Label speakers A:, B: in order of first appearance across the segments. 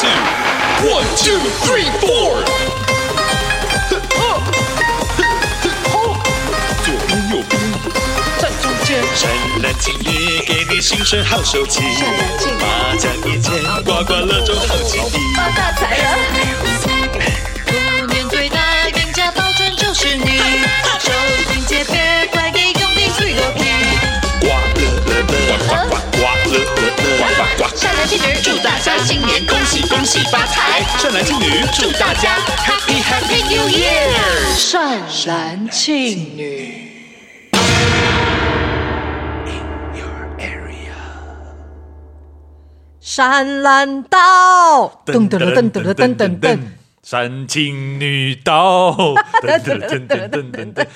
A: two, one, two, three, four。左边右边
B: 站中间，
A: 闪蓝鲸鱼给你新生好手气，
B: 闪蓝鲸鱼
A: 麻将一见刮刮乐中好吉利。
B: 发大财了！
C: 虎年最大赢家保证就是你，手心结别怪给用力去狗屁，
A: 刮乐乐乐，刮刮刮乐乐乐，刮刮刮。
C: 善良天女祝大家新年恭喜恭喜发财，
A: 善男信女祝大家 Happy Happy New Year。
B: 善男信女。山兰刀，噔噔噔噔噔噔噔噔，，
D: 山青女到，噔噔噔噔噔噔 噔，
B: 天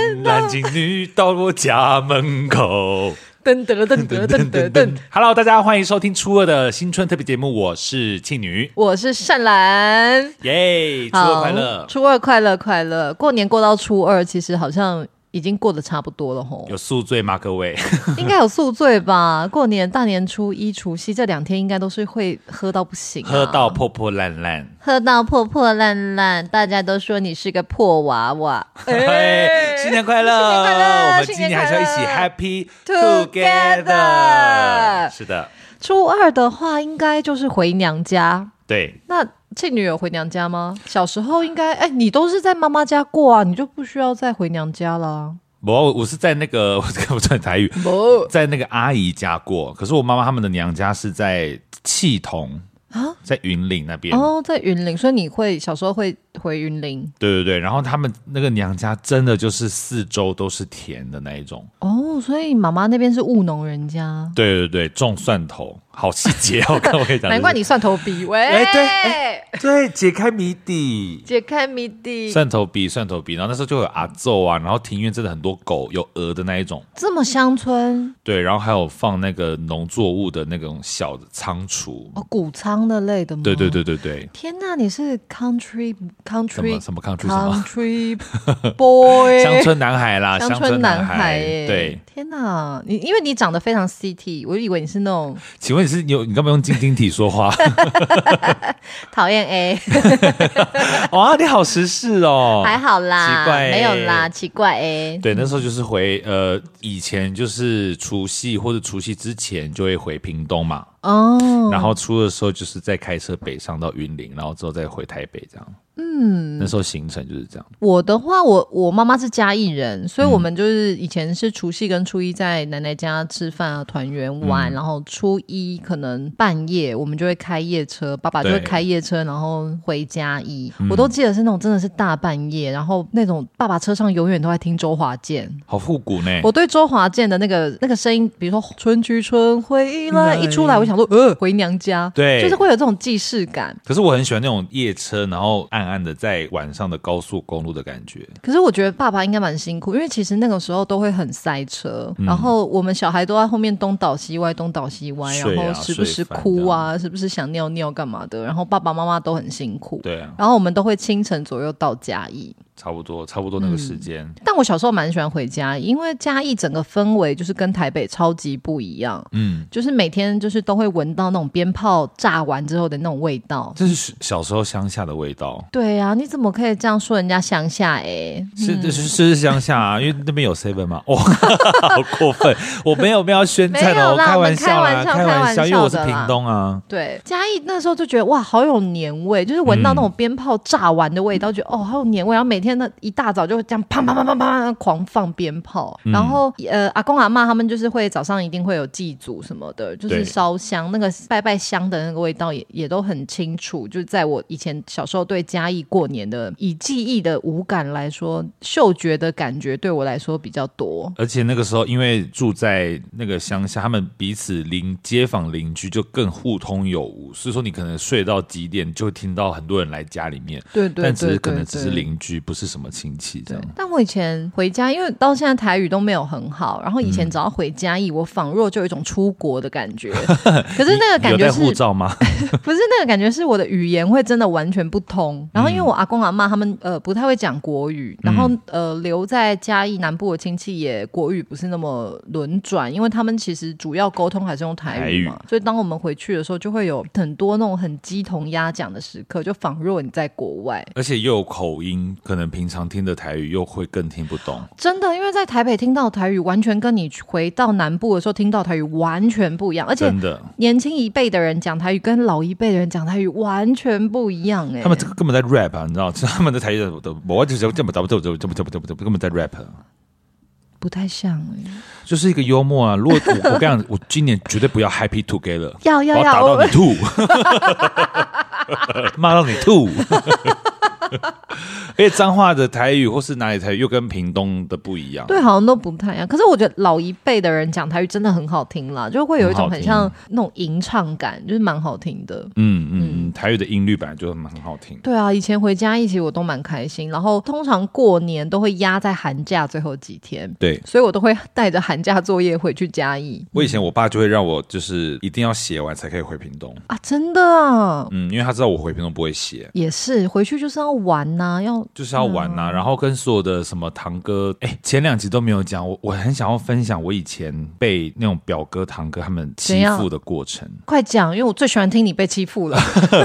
D: 山
B: 哪
D: 南京女到我家门 口。
B: 噔噔噔噔噔噔噔。
D: Hello，大家欢迎收听初二的新春特别节目，我是庆女，
B: 我是善兰，
D: 耶，初二快乐
B: 好！初二快乐快乐！过年过到初二，其实好像已经过得差不多了吼，
D: 有宿醉吗？各位，
B: 应该有宿醉吧？过年大年初一、除夕这两天，应该都是会喝到不行啊、
D: 喝到破破烂烂，
B: 喝到破破烂烂，大家都说你是个破娃娃。
D: 嘿，哎 新年快乐！
B: 新年快乐
D: 我们今年还是要一起
B: 新年快乐
D: Happy
B: Together
D: 是的，
B: 初二的话，应该就是回娘家。
D: 对，
B: 那庆女有回娘家吗？小时候应该，哎、你都是在妈妈家过啊，你就不需要再回娘家啦。
D: 我我是在那个 我看不出来台语，
B: 不
D: 在那个阿姨家过，可是我妈妈他们的娘家是在气桐
B: 啊，
D: 在云岭那边。
B: 哦，在云林，所以你会小时候会回云林
D: 对对对，然后他们那个娘家真的就是四周都是田的那一种。
B: 哦，所以妈妈那边是务农人家，
D: 对对对，种蒜头，好细节哦！我看我跟你讲，
B: 难怪
D: 就是
B: 你蒜头鼻喂，
D: 哎对哎对解开谜底。
B: 解开谜底，
D: 蒜头鼻，蒜头鼻，然后那时候就有阿奏啊，然后庭院真的很多狗，有鹅的那一种，
B: 这么乡村
D: 对，然后还有放那个农作物的那种小的仓储，
B: 哦，谷仓的类的吗？
D: 对对。对对对，
B: 天呐，你是 country
D: 什么
B: country
D: 什么 country 什么
B: country boy，
D: 乡村男孩啦，
B: 乡
D: 啊乡
B: 村男
D: 孩，
B: 孩耶！
D: 对，，
B: 天哪，你因为你长得非常 city，我以为你是那种
D: 请问你是你有你干嘛用晶晶体说话？
B: 讨厌 A，
D: 哇，哦啊你好时事哦，
B: 还好啦，
D: 奇怪欸
B: 没有啦，奇怪 A。
D: 对，那时候就是回呃，以前就是除夕或者除夕之前就会回屏东嘛，
B: 哦，
D: 然后出的时候就是再开车北上到云林，然后之后再回台北这样。嗯，那时候行程就是这样。
B: 我的话，我我妈妈是嘉义人，所以
D: 嗯
B: 我们就是以前是除夕跟初一在奶奶家吃饭啊，团圆玩，
D: 嗯
B: 然后初一可能半夜我们就会开夜车，爸爸就会
D: 对
B: 开夜车，然后回嘉义。
D: 嗯
B: 我都记得是那种真的是大半夜，然后那种爸爸车上永远都在听周华健。
D: 好复古呢，
B: 我对周华健的那个那个声音，比如说“春去春回来”，一出来，我想说，呃，回娘家，
D: 对
B: 就是会有这种既视感。
D: 可是我很喜欢那种夜车，然后暗暗的在晚上的高速公路的感觉。
B: 可是我觉得爸爸应该蛮辛苦，因为其实那个时候都会很塞车，
D: 嗯
B: 然后我们小孩都在后面东倒西歪，东倒西歪，
D: 睡啊
B: 然后时不时哭啊，时不时想尿尿干嘛的，然后爸爸妈妈都很辛苦。
D: 对啊，
B: 然后我们都会清晨左右到嘉义，
D: 差不多，差不多那个
B: 嗯
D: 时间。
B: 但我小时候蛮喜欢回嘉义，因为嘉义整个氛围就是跟台北超级不一样。
D: 嗯，
B: 就是每天就是都会闻到那种鞭炮炸完之后的那种味道。
D: 这是小时候乡下的味道。
B: 对啊，你怎么可以这样说人家乡下、欸？
D: 是是是乡下啊，因为那边有 seven 嘛，哇、 好过分！我没有没有要宣战
B: 没有
D: 哦，
B: 啦
D: 开玩笑
B: 我们开玩笑
D: 开
B: 开玩笑的
D: 因为我是
B: 啦
D: 屏东啊，
B: 对，嘉义那时候就觉得哇，好有年味，就是闻到那种鞭炮炸完的味道，觉得哦，好有年味。然后每天呢一大早就会这样砰砰砰砰砰砰狂放鞭炮，
D: 嗯
B: 然后呃阿公阿妈他们就是会早上一定会有祭祖什么的，就是
D: 对
B: 烧香，那个拜拜香的那个味道也也都很清楚。就是在我以前小时候对嘉义过年的以记忆的五感来说，嗅觉的感觉对我来说比较多。
D: 而且那个时候因为住在那个乡下，他们彼此邻街坊邻居就更互通有无，所以说你可能睡到几点就会听到很多人来家里面，
B: 对对对对对，
D: 但只是可能只是邻居，不是什么亲戚这样。
B: 但我以前回家，因为到现在台语都没有很好，然后以
D: 嗯
B: 前只要回嘉义，我仿若就有一种出国的感 觉。可是那个感
D: 有
B: 觉
D: 带
B: 是
D: 护照吗？
B: 不是那个感觉是我的语言会真的完全不通。然后
D: 嗯
B: 因为我阿公阿妈他们呃不太会讲国语，然后呃留在嘉义南部的亲戚也国语不是那么轮转，因为他们其实主要沟通还是用台语嘛。所以当我们回去的时候，就会有很多那种很鸡同鸭讲的时刻，就仿若你在国外。
D: 而且又有口音，可能平常听的台语又会更听不懂。
B: 真的，因为在台北听到台语，完全跟你回到南部的时候听到台语完全不一样，而且
D: 真的，
B: 年轻一辈的人讲台语跟老一辈的人讲台语完全不一样哎、
D: 他们这个根本在 rap 啊，你知道，就是他们的台语的的，我就是这么这么这么这么这么这么这么根本在 rap，啊
B: 不太像哎、
D: 就是一个幽默啊。如果我我跟你讲，我今年绝对不要 happy together，
B: 要
D: 我
B: 要
D: 要打
B: 要，我
D: 到你吐，骂到你吐。而且彰化的台语或是哪里台语又跟屏东的不一样，
B: 对，好像都不太一样。可是我觉得老一辈的人讲台语真的很好听啦，就会有一种很像那种吟唱感，就是蛮好听的。
D: 嗯嗯嗯，台语的音律本来就很很好听。
B: 对啊，以前回家一起我都蛮开心，然后通常过年都会压在寒假最后几天，
D: 对
B: 所以我都会带着寒假作业回去嘉义
D: 我以前我爸就会让我就是一定要写完才可以回屏东，
B: 啊，真的啊
D: 嗯，因为他知道我回屏东不会写，
B: 也是回去就是要玩呐、要
D: 就是要玩呐、啊
B: 嗯
D: 然后跟所有的什么堂哥，哎，前两集都没有讲，我我很想要分享我以前被那种表哥堂哥他们
B: 怎
D: 欺
B: 样
D: 负的过程，
B: 快讲，因为我最喜欢听你被欺负 了。哎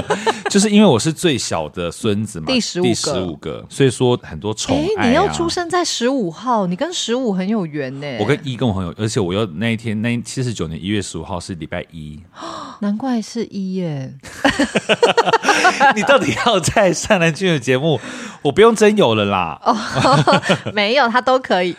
D: 就是因为我是最小的孙子嘛，
B: 第15个
D: 第十五个，所以说很多宠
B: 哎、
D: 爱、啊
B: 你要出生在十五号，你跟十五很有缘呢、
D: 我跟一跟我很有，而且我又那一天那七十九年一月十五号是礼拜一，
B: 难怪是一耶，
D: 你到底要在善男君的节目，我不用真有了啦，
B: 哦没有他都可以。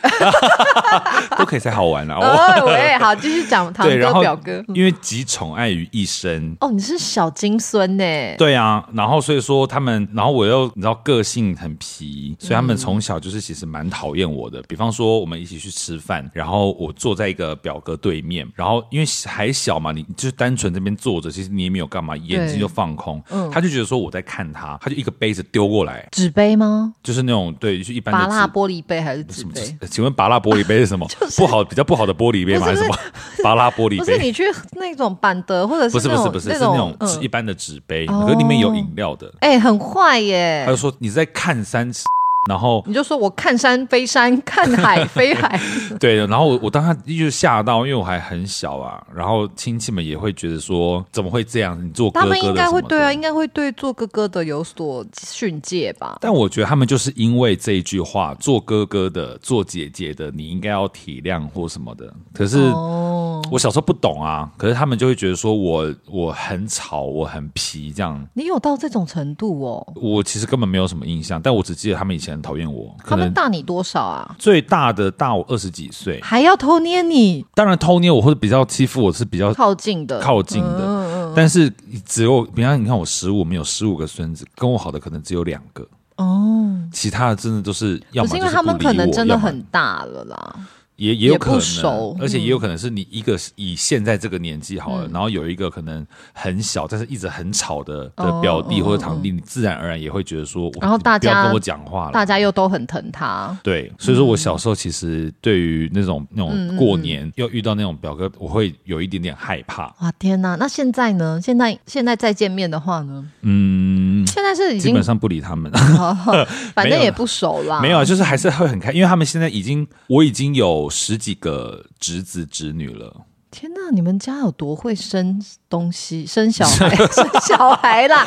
D: 都可以才好玩啦。我
B: 哦，喂，好，继续讲堂
D: 对，然
B: 哥
D: 后
B: 表哥。嗯
D: 因为集宠爱于一身。
B: 哦，你是小金孙呢？
D: 对啊，然后所以说他们，然后我又你知道个性很皮，所以他们从小就是其实蛮讨厌我的。比方说我们一起去吃饭，然后我坐在一个表哥对面，然后因为还小嘛，你就是单纯这边坐着，其实你也没有干嘛，眼睛就放空。他就觉得说我在看他，他就一个杯子丢过来，
B: 纸杯吗？
D: 就是啊那种对，就一般的
B: 拔蜡
D: 纸
B: 玻璃杯还是纸
D: 什么
B: 杯？
D: 纸？请问拔蜡玻璃杯是 什么？不好，比较不好的玻璃杯吗？还
B: 不
D: 是
B: 是
D: 什
B: 不
D: 么？ 拔蜡玻璃杯？
B: 不是你去那种板德或者
D: 不是不
B: 那
D: 是
B: 种
D: 不是，
B: 那
D: 是那种
B: 嗯
D: 纸一般的纸杯，
B: 哦
D: 可是里面有饮料的。
B: 哎、很坏耶
D: 他就！说你在看山， 然后
B: 你就说我看山非山，看海非 海，
D: 对，然后我我当时就吓到，因为我还很小啊，然后亲戚们也会觉得说怎么会这样？你做哥
B: 他
D: 哥的
B: 们应该会
D: 什么的
B: 对啊，应该会对做哥哥的有所训诫吧？
D: 但我觉得他们就是因为这一句话，做哥哥的、做姐姐的，你应该要体谅或什么的。可是
B: 哦，
D: 我小时候不懂啊，可是他们就会觉得说我我很吵，我很皮这样。
B: 你有到这种程度哦？
D: 我其实根本没有什么印象，但我只记得他们以前很讨厌我，可
B: 他
D: 能
B: 们大你多少啊？
D: 最大的大我二十几岁，
B: 还要偷捏你
D: 当然偷捏我或者比较欺负我是比较
B: 靠近的，
D: 靠近的，
B: 嗯
D: 但是只有比方你看我十五，我们有十五个孙子，跟我好的可能只有两个，
B: 哦。
D: 其他的真的都是要
B: 不
D: 么
B: 是
D: 就
B: 因为他们
D: 不理我
B: 可能真的
D: 要么
B: 很大了啦，
D: 也也有
B: 也
D: 可
B: 不
D: 能
B: 熟，嗯
D: 而且也有可能是你一个以现在这个年纪好了，然后有一个可能很小，但是一直很吵的的
B: 哦
D: 表弟
B: 哦
D: 或者堂弟，你自然而然也会觉得说，我
B: 然后
D: 你
B: 大
D: 不要
B: 家
D: 跟我讲话了，
B: 大家嗯又都很疼他。
D: 对，所以说我小时候其实对于那种那
B: 嗯
D: 种过年要遇到那种表哥，我会有一点点害怕。
B: 哇天呐！那现在呢？现在现在再见面的话呢？
D: 嗯，
B: 现在是已
D: 基
B: 经
D: 本上不理他们，
B: 反
D: 没
B: 正
D: 有
B: 也
D: 了
B: 不熟啦。
D: 没有，啊，就是还是会很开，因为他们现在已经我已经有十几个侄子侄女了。
B: 天呐！你们家有多会生东西？生小孩， 生小孩 啦，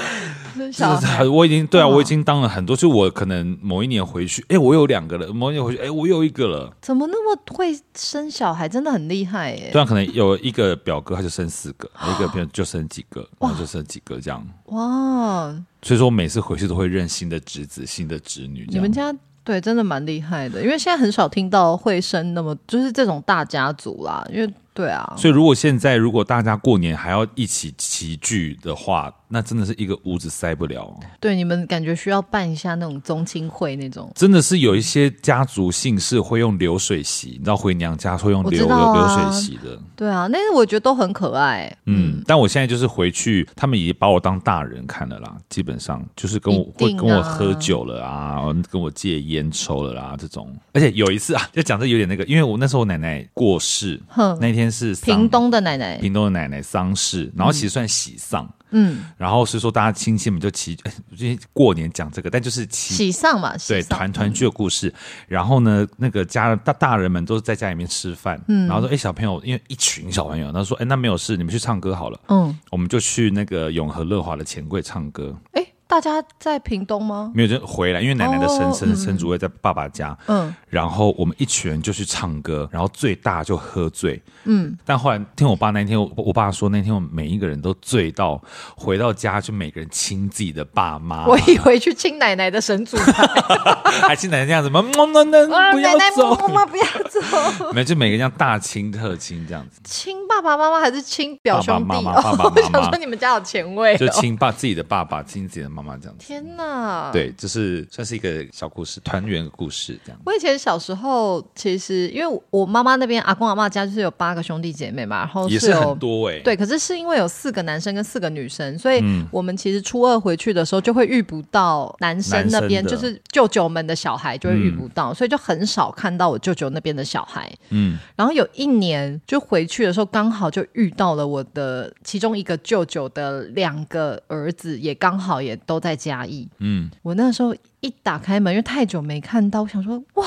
B: 生小
D: 就是
B: 孩。
D: 很我已经对啊，
B: 哇
D: 我已经当了很多，就我可能某一年回去，哎，我有两个了；某一年回去，哎，我有一个了。
B: 怎么那么会生小孩？真的很厉害耶、
D: 对啊，可能有一个表哥他就生四个，有一个表哥就生几个，然后就生几个这样。
B: 哇，
D: 所以说，我每次回去都会认新的侄子、新的侄女。这
B: 你
D: 样。
B: 们家对真的蛮厉害的，因为现在很少听到会生那么就是这种大家族啦。因为对啊，
D: 所以，如果现在如果大家过年还要一起齐聚的话，那真的是一个屋子塞不了。
B: 对，你们感觉需要办一下那种宗亲会那种。
D: 真的是有一些家族姓氏会用流水席，你知道回娘家会用
B: 我
D: 流、
B: 知道啊
D: 流水席的。
B: 对啊，那个我觉得都很可爱。
D: 嗯，但我现在就是回去，他们已经把我当大人看了啦，基本上就是跟我、
B: 一
D: 会
B: 定啊
D: 跟我喝酒了啊，跟我戒烟抽了啦这种。而且有一次啊，就讲这有点那个，因为我那时候我奶奶过世
B: 哼，
D: 那天是丧
B: 屏东的奶奶，
D: 屏东的奶奶丧事，然后其实算喜丧。
B: 嗯，
D: 然后所以说，大家亲戚们就齐，哎我最近过年讲这个，但就是齐
B: 喜丧嘛，喜
D: 对，
B: 丧
D: 团团聚的故事。然后呢，那个家大大人们都是在家里面吃饭，
B: 嗯
D: 然后说，哎、小朋友，因为一群小朋友，他说，哎、那没有事，你们去唱歌好了。
B: 嗯，
D: 我们就去那个永和乐华的钱柜唱歌，
B: 哎，大家在屏东吗？
D: 没有就回来，因为奶奶的生
B: 哦
D: 生生主位在爸爸家，
B: 嗯，
D: 然后我们一群人就去唱歌，然后最大就喝醉，嗯，但后来听我爸那天，我我爸说那天我们每一个人都醉到回到家就每个人亲自己的爸妈，
B: 我以为去亲奶奶的神主 牌，
D: 还亲奶奶这样子，么么么么，
B: 啊
D: 不要
B: 奶奶
D: 走，
B: 妈妈不要走，
D: 没有，就每个这样大亲特亲这样子，
B: 亲爸爸妈妈还是亲表兄弟？
D: 爸爸妈妈
B: 哦
D: 爸爸妈妈
B: 我想说你们家好前卫哦，
D: 就亲爸自己的爸爸，亲自己的妈妈这 样子。
B: 天哪！，
D: 对，就是算是一个小故事，团圆的故事这样。
B: 我以前小时候其实因为我妈妈那边阿公阿嬷家就是有八个兄弟姐妹嘛，然后
D: 也
B: 是
D: 是
B: 有
D: 很多嗯哎、
B: 对，可是是因为有四个男生跟四个女生，所以我们其实初二回去的时候就会遇不到男生那边，
D: 男
B: 就
D: 生的
B: 是舅舅们的小孩就会遇不到，所以就很少看到我舅舅那边的小孩。
D: 嗯，
B: 然后有一年就回去的时候，刚好就遇到了我的其中一个舅舅的两个儿子，也刚好也都在嘉义。
D: 嗯，
B: 我那时候一打开门，因为太久没看到，我想说哇，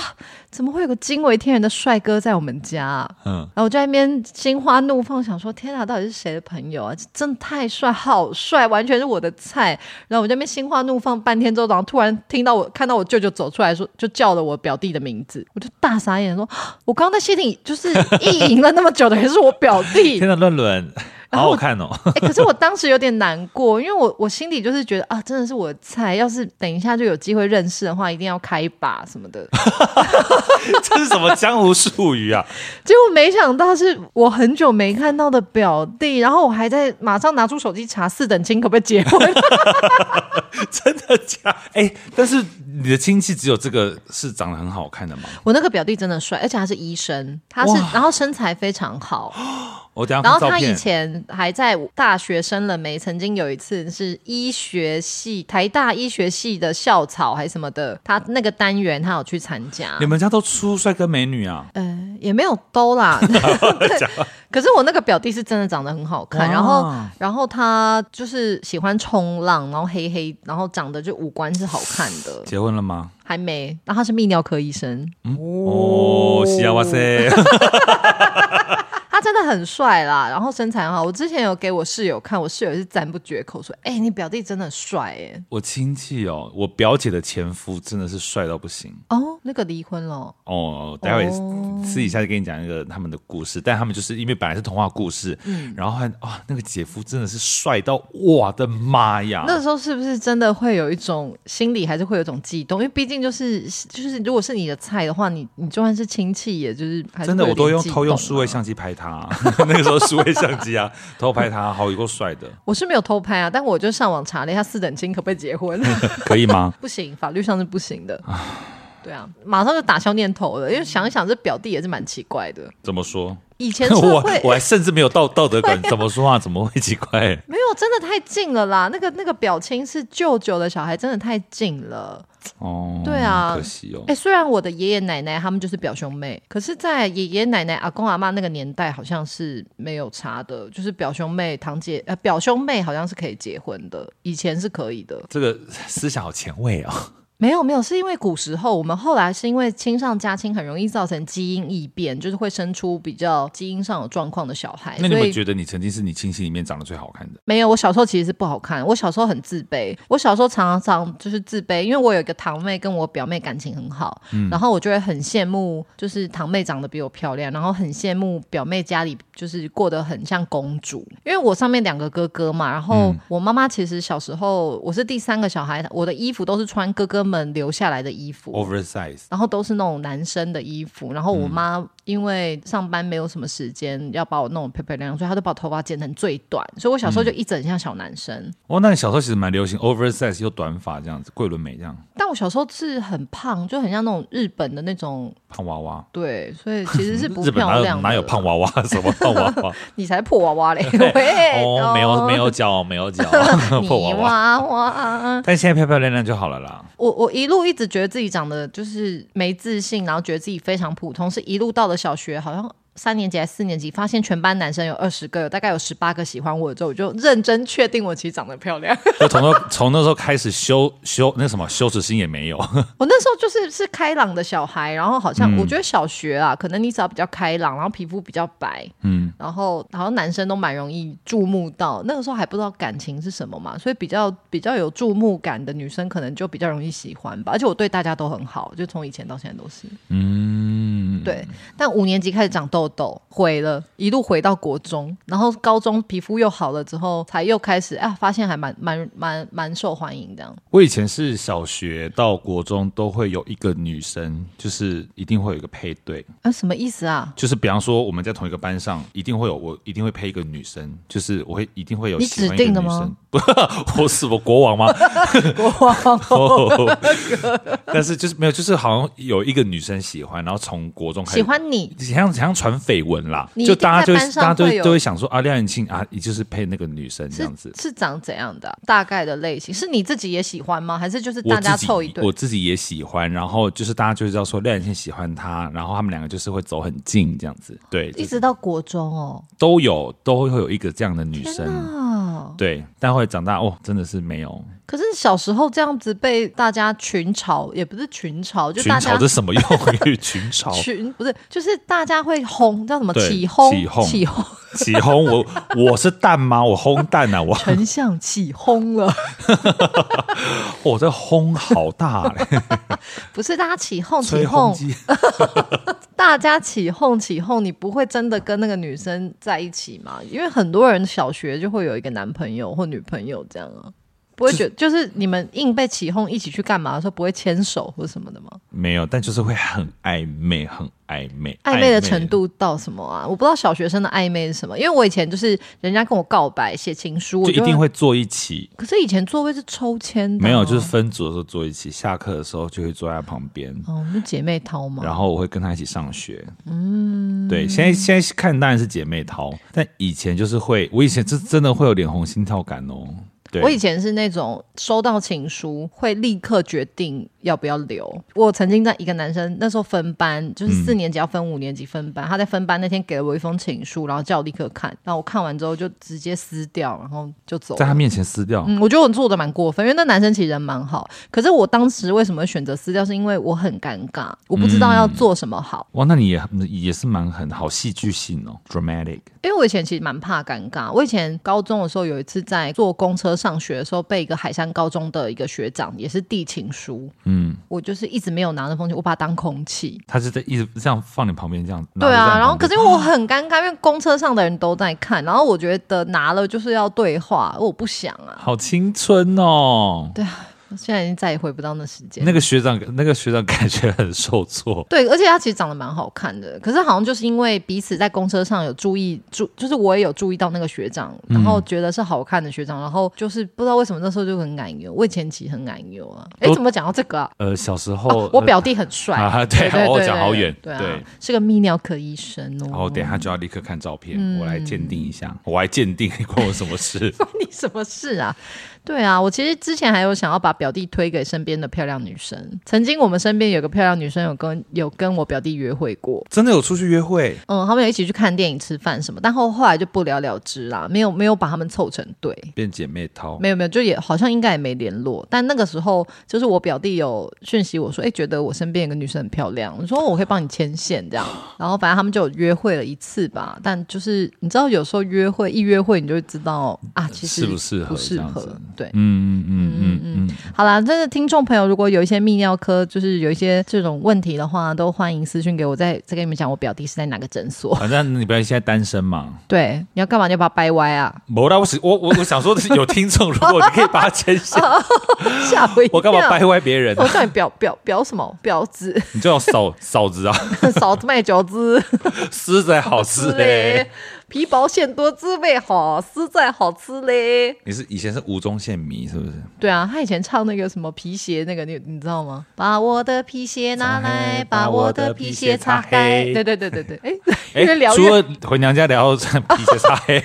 B: 怎么会有个惊为天人的帅哥在我们家啊、
D: 嗯，
B: 然后我就在那边心花怒放，想说天哪，到底是谁的朋友啊？这真的太帅，好帅，完全是我的菜。然后我这边心花怒放半天之后，然后突然听到我看到我舅舅走出来说，就叫了我表弟的名字，我就大傻眼说， 我刚刚在心里就是意淫了那么久的人是我表弟
D: 天。哪，乱 伦，
B: 然
D: 好
B: 后我
D: 好看哦。
B: 哎、可是我当时有点难过，因为我我心里就是觉得啊，真的是我的菜。要是等一下就有机会认识的话，一定要开把什么的。
D: 这是什么江湖术语啊？
B: 结果没想到是我很久没看到的表弟，然后我还在马上拿出手机查四等亲可不可以结婚。
D: 真的假？哎、但是你的亲戚只有这个是长得很好看的吗？
B: 我那个表弟真的帅，而且他是医生，他是
D: 哇
B: 然后身材非常好，
D: 我等一下
B: 然后
D: 看照
B: 他以
D: 片。
B: 前还在大学生了没，曾经有一次是医学系台大医学系的校草还是什么的，他那个单元他有去参加
D: 你。们家都出帅哥美女啊？
B: 呃，也没有兜啦，对。可是我那个表弟是真的长得很好看，
D: 哇
B: 然后然后他就是喜欢冲浪，然后黑黑，然后长得就五官是好看的，
D: 结婚了吗？
B: 还没。然后他是泌尿科医生，
D: 哦，西亚哇塞，
B: 他真的很帅啦，然后身材很好。我之前有给我室友看，我室友也是赞不绝口，说：“哎、你表弟真的很帅哎、
D: 我亲戚哦，我表姐的前夫真的是帅到不行。
B: 哦，那个离婚了，
D: 哦，待会
B: 哦
D: 私底下就跟你讲一个他们的故事，但他们就是因为本来是童话故事，
B: 嗯
D: 然后还啊那个姐夫真的是帅到我的妈呀！
B: 那时候是不是真的会有一种心里还是会有一种悸动？因为毕竟就是就是，如果是你的菜的话，你你就算是亲戚，也就是还是
D: 真的
B: 会有
D: 我都
B: 点
D: 用
B: 悸
D: 偷用
B: 动
D: 数位
B: 啊
D: 相机拍他、 那个时候数位相机啊， 偷拍他，好有够帅的，
B: 我是没有偷拍啊，但我就上网查了一下四等亲可不可以结婚，
D: 可以吗？
B: 不行，法律上是不行的。对啊，马上就打消念头了，因为想一想这表弟也是蛮奇怪 的。
D: 怎么说？
B: 以前社
D: 我
B: 会
D: 我还甚至没有道道德感，怎么说话怎么会奇 怪？
B: 没有，真的太近了啦。那个那个表亲是舅舅的小孩，真的太近了。
D: 哦，
B: 对啊
D: 可惜哦
B: 哎、。虽然我的爷爷奶奶他们就是表兄妹，可是，在爷爷奶奶、阿公阿妈那个年代，好像是没有差的，就是表兄妹、堂姐呃表兄妹好像是可以结婚的，以前是可以的。
D: 这个思想好前卫哦，
B: 没有没有，是因为古时候我们后来是因为亲上加亲，很容易造成基因异变，就是会生出比较基因上有状况的小孩。
D: 那你
B: 哎所
D: 们
B: 以
D: 觉得你曾经是你亲戚里面长得最好看的？
B: 没有，我小时候其实是不好看，我小时候很自卑，我小时候常常就是自卑，因为我有一个堂妹跟我表妹感情很好，然后我就会很羡慕，就是堂妹长得比我漂亮，然后很羡慕表妹家里就是过得很像公主，因为我上面两个哥哥嘛，然后我妈妈其实小时候我是第三个小孩，我的衣服都是穿哥哥们留下来的衣服。
D: 哦 oversize，嗯
B: 然后都是那种男生的衣服，然后我妈因为上班没有什么时间要把我弄得漂漂亮亮，所以他都把我头发剪成最短，所以我小时候就
D: 嗯
B: 一整像小男生。
D: 哦，那你小时候其实蛮流行 oversize 又短发这样子，桂纶镁这样
B: 但我小时候是很胖，就很像那种日本的那种，
D: 胖娃娃。
B: 对，所以其实是不
D: 日本哪
B: 漂
D: 有
B: 亮的
D: 哪有胖，娃娃 什么胖娃 娃？
B: 你才破娃娃嘞！ 喂，
D: 哦，没有没有脚，没有脚，
B: 泥
D: 破娃娃。
B: 娃娃。
D: 但现在漂漂亮亮就好了啦。
B: 我我一路一直觉得自己长得就是没自信，然后觉得自己非常普通，是一路到了小学，好像三年级还是四年级，发现全班男生有二十个，有大概有十八个喜欢我之后，我就认真确定我其实长得漂亮。
D: 就从那 从那时候开始羞羞那什么羞耻心也没有，
B: 我那时候就是是开朗的小孩，然后好像、我觉得小学啊，可能你只要比较开朗，然后皮肤比较白，嗯，然后好像男生都蛮容易注目到。那个时候还不知道感情是什么嘛，所以比较比较有注目感的女生，可能就比较容易喜欢吧。而且我对大家都很好，就从以前到现在都是。
D: 嗯，
B: 对，但五年级开始长痘痘，毁了，一路回到国中，然后高中皮肤又好了之后，才又开始啊，发现还蛮蛮蛮蛮受欢迎这样。
D: 我以前是小学到国中都会有一个女生，就是一定会有一个配对，
B: 啊，什么意思啊？
D: 就是比方说我们在同一个班上，一定会有我一定会配一个女生，就是我会一定会有
B: 你
D: 喜欢
B: 指
D: 一
B: 定
D: 个
B: 的
D: 女
B: 吗
D: 生，不， 我是我 国王吗？国王， 但是就是没有，就是好像有一个女生喜欢，然后从国中开始
B: 喜欢你，
D: 想想传绯闻啦，
B: 你一
D: 就
B: 定
D: 大家
B: 在
D: 就会
B: 班上
D: 大家都
B: 会
D: 会
B: 有
D: 都会想说啊，廖元庆啊，你就是配那个女生这
B: 是
D: 样子。
B: 是长怎样的啊、大概的类型？是你自己也喜欢吗？还是就是
D: 我
B: 大
D: 自
B: 家
D: 己
B: 凑一对
D: 我？自己也喜欢，然后就是大家就知道说廖元庆喜欢他，然后他们两个就是会走很近这样子，对，
B: 一
D: 就是
B: 直到国中哦，
D: 都有都会有一个这样的女
B: 天
D: 生，
B: 哪！
D: 对，但后来长大哦，真的是没有
B: 可是小时候这样子被大家群嘲，也不是群嘲，就
D: 群
B: 大
D: 嘲
B: 家
D: 这什么用 语？群嘲
B: 群不是，就是大家会轰，叫什么
D: 对
B: 起哄？
D: 起哄
B: 起哄！
D: 起哄，我我是蛋吗？我烘蛋 啊，我
B: 丞相起哄了，
D: 我这烘好大嘞，
B: 不是大家起哄
D: 吹
B: 起
D: 烘
B: 哄，
D: 机。
B: 大家起哄起哄，你不会真的跟那个女生在一起吗？因为很多人小学就会有一个男朋友或女朋友这样啊，不会觉就是你们硬被起哄一起去干嘛的时候，不会牵手或什么的吗？
D: 没有，但就是会很暧昧，很暧昧，
B: 暧昧的程。度到什么啊？我不知道小学生的暧昧是什么，因为我以前就是人家跟我告白写情书，我
D: 就一定
B: 会。
D: 会坐一起，
B: 可是以前座位是抽签的啊、
D: 没有，就是分组的时候坐一起，下课的时候就会坐在旁边，
B: 哦，就姐妹淘嘛。
D: 然后我会跟她一起上学。嗯，对，现在现在看当然是姐妹淘，但以前就是会，我以前是真的会有脸红心跳感哦。对，
B: 我以前是那种收到情书会立刻决定要不要留。我曾经在一个男生那时候分班，就是
D: 嗯
B: 四年级要分五年级分班，他在分班那天给了我一封情书，然后叫我立刻看，然后我看完之后就直接撕掉，然后就走
D: 在她
B: 了。
D: 面前撕掉，
B: 嗯，我觉得我做的蛮过分，因为那男生其实人蛮好，可是我当时为什么选择撕掉，是因为我很尴尬，我不知道
D: 嗯
B: 要做什么好。
D: 哇，那你也也是蛮狠，好戏剧性哦，dramatic。
B: 因为我以前其实蛮怕尴尬，我以前高中的时候有一次在坐公车上学的时候，被一个海山高中的一个学长也是递情书，
D: 嗯，
B: 我就是一直没有拿那封信，我把它当空气。
D: 他是在一直这样放你旁边这样，
B: 对
D: 拿着这
B: 啊，
D: 样
B: 然后
D: 旁
B: 可
D: 边
B: 是因为我很尴尬，因为公车上的人都在看，然后我觉得拿了就是要对话，我不想啊。
D: 好青春哦。
B: 对啊，我现在已经再也回不到那时间。
D: 那个学长，那个学长感觉很受挫。
B: 对，而且他其实长得蛮好看的，可是好像就是因为彼此在公车上有注意注，就是我也有注意到那个学长，然
D: 嗯
B: 后觉得是好看的学长，然后就是不知道为什么那时候就很奶油，我以前其实很奶油啊，哎
D: 都，
B: 怎么讲到这个啊？
D: 呃，小时
B: 啊
D: 候、
B: 我表弟很帅
D: 哦啊对
B: 对对
D: 哦
B: 对
D: 讲好远
B: 对
D: 对
B: 啊，是个泌尿科医生
D: 呃，然
B: 哦
D: 后。等一下就要立刻看照片，
B: 嗯
D: 我来鉴定一下，我来鉴定，关我什 么事？
B: 你什么事啊？对啊，我其实之前还有想要把表弟推给身边的漂亮女生，曾经我们身边有个漂亮女生有跟有跟我表弟约会过，
D: 真的有出去约会？
B: 嗯，他们有一起去看电影、吃饭什么，但后后来就不了了之啦，没有没有把他们凑成对，
D: 变姐妹淘，
B: 没有没有，就也好像应该也没联络。但那个时候，就是我表弟有讯息我说，哎、觉得我身边有个女生很漂亮，我说我可以帮你牵线这样。然后反正他们就有约会了一次吧，但就是你知道，有时候约会一约会，你就会知道啊，其实
D: 适不适合
B: 不适
D: 这样
B: 合
D: 子，
B: 对。
D: 嗯嗯嗯嗯嗯，
B: 好啦，这是听众朋友，如果有一些泌尿科就是有一些这种问题的话，都欢迎私讯给我，再再跟你们讲我表弟是在哪个诊所。
D: 反正你不要现在单身嘛。
B: 对，你要干嘛？你要把它掰歪 啊！
D: 没啦，我是我我我想说的是，有听众，如果你可以把它牵 线，
B: 吓我一跳！
D: 我干嘛掰？歪别人呢
B: 哦我？叫你表表表什么？表 子，
D: 你就用嫂 嫂子啊，
B: 嫂子卖饺子，
D: 狮子还好吃欸嘞。，
B: 皮薄馅多滋味好，实在好吃嘞。
D: 你是以前是吴宗宪迷是不是？
B: 对啊，他以前唱那个什么皮鞋，那个你你知道吗？把我的皮鞋拿来，把我的皮鞋擦
D: 把我的皮鞋擦
B: 开。
D: 黑
B: 对对对对 对，哎、
D: 哎
B: 越聊，
D: 初
B: 越
D: 二回娘家聊 皮鞋擦 黑，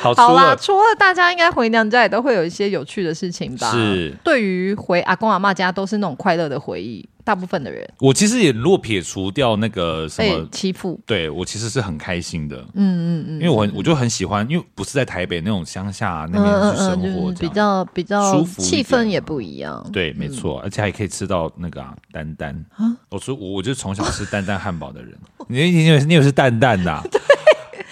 D: 好初
B: 好啦。
D: 二
B: 除了大家应该回娘家也都会有一些有趣的事情吧？
D: 是
B: 对于回阿公阿妈家都是那种快乐的回忆，大部分的人
D: 我其实也如果撇除掉那个什
B: 被
D: 么，
B: 欺负。
D: 对我其实是很开心的。嗯嗯嗯，因为我很我就很喜欢，因为不是在台北那种乡下那边去生活
B: 嗯就是
D: 这
B: 比
D: 样。
B: 较比较
D: 舒服一
B: 气
D: 点
B: 氛也不一样。
D: 对，没错，而且还可以吃到那嗯个啊丹丹。我说我我就从小吃丹丹汉堡的人，你你也是你也是蛋蛋的啊、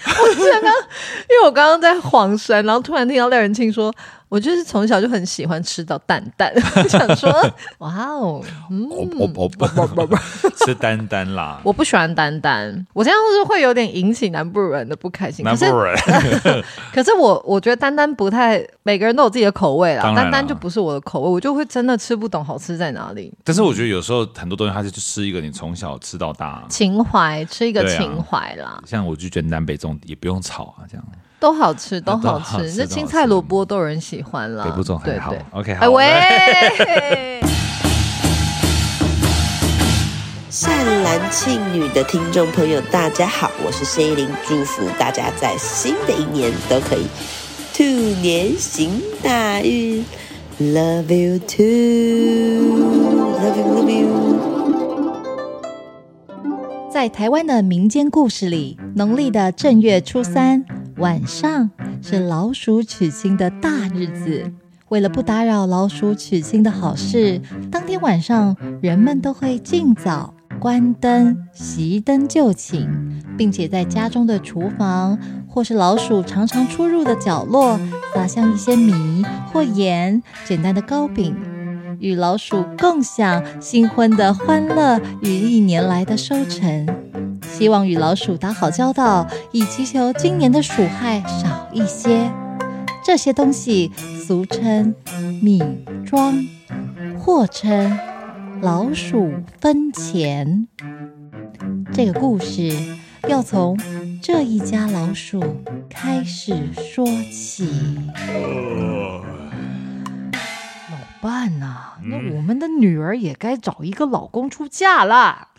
B: 因为我刚刚在晃神，然后突然听到廖元庆说，我就是从小就很喜欢吃到蛋蛋， 我想说，哇哦，嗯，
D: 我我我不 吃丹丹啦，
B: 我不喜欢丹丹，我这样是会有点引起南部人的不开心。可
D: 南部
B: 是，
D: 人
B: 可是我我觉得丹丹不太，每个人都有自己的口味啦，
D: 当然
B: 丹
D: 啦
B: 丹就不是我的口味，我就会真的吃不懂好吃在哪里。
D: 但是我觉得有时候很多东西，它就吃一个你从小吃到大，
B: 情怀，吃一个
D: 对啊
B: 情怀啦，
D: 像我就觉得南北粽也不用炒啊，这样
B: 都好吃，都
D: 好
B: 好
D: 吃
B: 吃。那
D: 都好
B: 青
D: 吃
B: 菜萝卜都有人喜欢啦，
D: 北部粽
B: 对
D: 还好
B: 对。。
D: OK，
B: 哎
D: 好，
B: 喂。
E: 善男信女的听众朋友，大家好，我是谢依霖，祝福大家在新的一年都可以兔年行大运，Love you too，Love you，Love you。
F: 在台湾的民间故事里，农历的正月初三晚上是老鼠娶亲的大日子。为了不打扰老鼠娶亲的好事，当天晚上人们都会尽早关灯、熄灯就寝，并且在家中的厨房或是老鼠常常出入的角落撒上一些米或盐、简单的糕饼，与老鼠共享新婚的欢乐与一年来的收成。希望与老鼠打好交道，以祈求今年的鼠害少一些。这些东西俗称米庄，或称老鼠分钱。这个故事要从这一家老鼠开始说起。
B: 老伴呐、那我们的女儿也该找一个老公出嫁啦。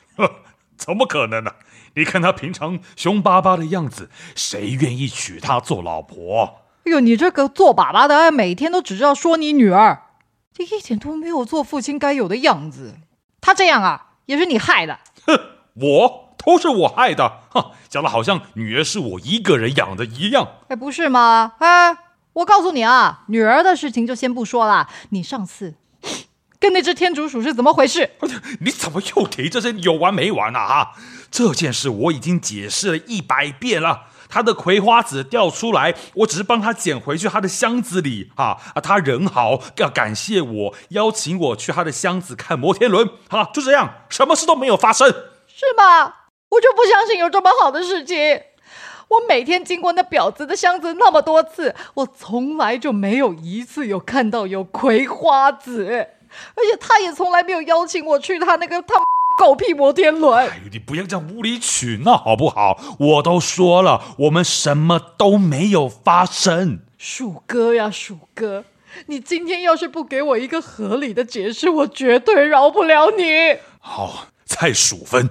A: 怎么可能呢、啊你看他平常凶巴巴的样子，谁愿意娶她做老婆？
B: 哎呦，你这个做爸爸的，哎每天都只知道说你女儿，这一点都没有做父亲该有的样子。他这样啊，也是你害的。
A: 我都是我害的，哼，讲的好像女儿是我一个人养的一样。
B: 哎，不是吗？哎，我告诉你啊，女儿的事情就先不说啦。你上次 跟那只天竺鼠是怎么回事？
A: 你怎么又提这些有完没完啊？哈，这件事我已经解释了一百遍了。他的葵花籽掉出来，我只是帮他捡回去他的箱子里啊啊！他人好，要感谢我，邀请我去他的箱子看摩天轮。好、啊，就这样，什么事都没有发生。
B: 是吗？我就不相信有这么好的事情。我每天经过那婊子的箱子那么多次，我从来就没有一次有看到有葵花籽，而且他也从来没有邀请我去他那个他妈狗屁摩天轮。
A: 哎，你不要这样无理取闹好不好？我都说了，我们什么都没有发生。
B: 鼠哥呀，鼠哥，你今天要是不给我一个合理的解释，我绝对饶不了你。
A: 好，再数分，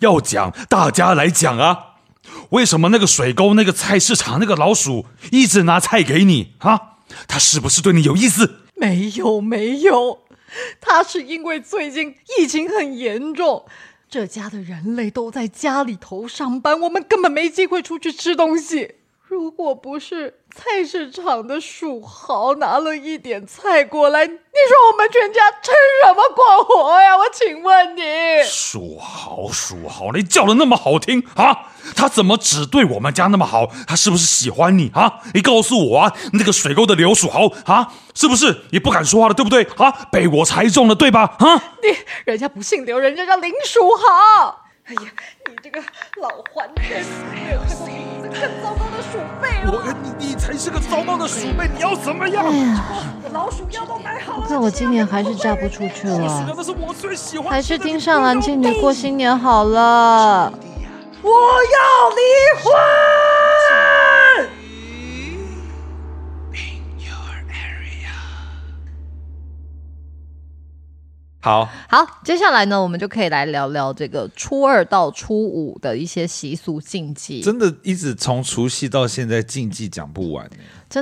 A: 要讲大家来讲啊。为什么那个水沟、那个菜市场、那个老鼠一直拿菜给你啊？他是不是对你有意思？
B: 没有没有，他是因为最近疫情很严重，这家的人类都在家里头上班，我们根本没机会出去吃东西。如果不是菜市场的鼠豪拿了一点菜过来，你说我们全家吃什么过活呀？我请问你，
A: 鼠豪，鼠豪，你叫的那么好听啊？他怎么只对我们家那么好？他是不是喜欢你啊？你告诉我啊，那个水沟的刘鼠豪啊，是不是也不敢说话了，对不对？啊，被我猜中了，对吧？啊，
B: 你 人家不姓刘，人家叫林鼠豪。哎呀，你这个老还真没有看过比你这更糟糕的鼠辈哦了。
A: 我你你才是个糟糕的鼠辈，你要怎么样？
F: 哎呀，
B: 我老鼠药都买好了。
F: 看我今年还是嫁不出去了，
A: 那是我最喜欢，
B: 还是听上兰庆女过新年好了。我要离婚。
D: 好，
B: 好，接下来呢，我们就可以来聊聊这个初二到初五的一些习俗禁忌，真
D: 真的一直从除夕到现在禁忌讲不完、欸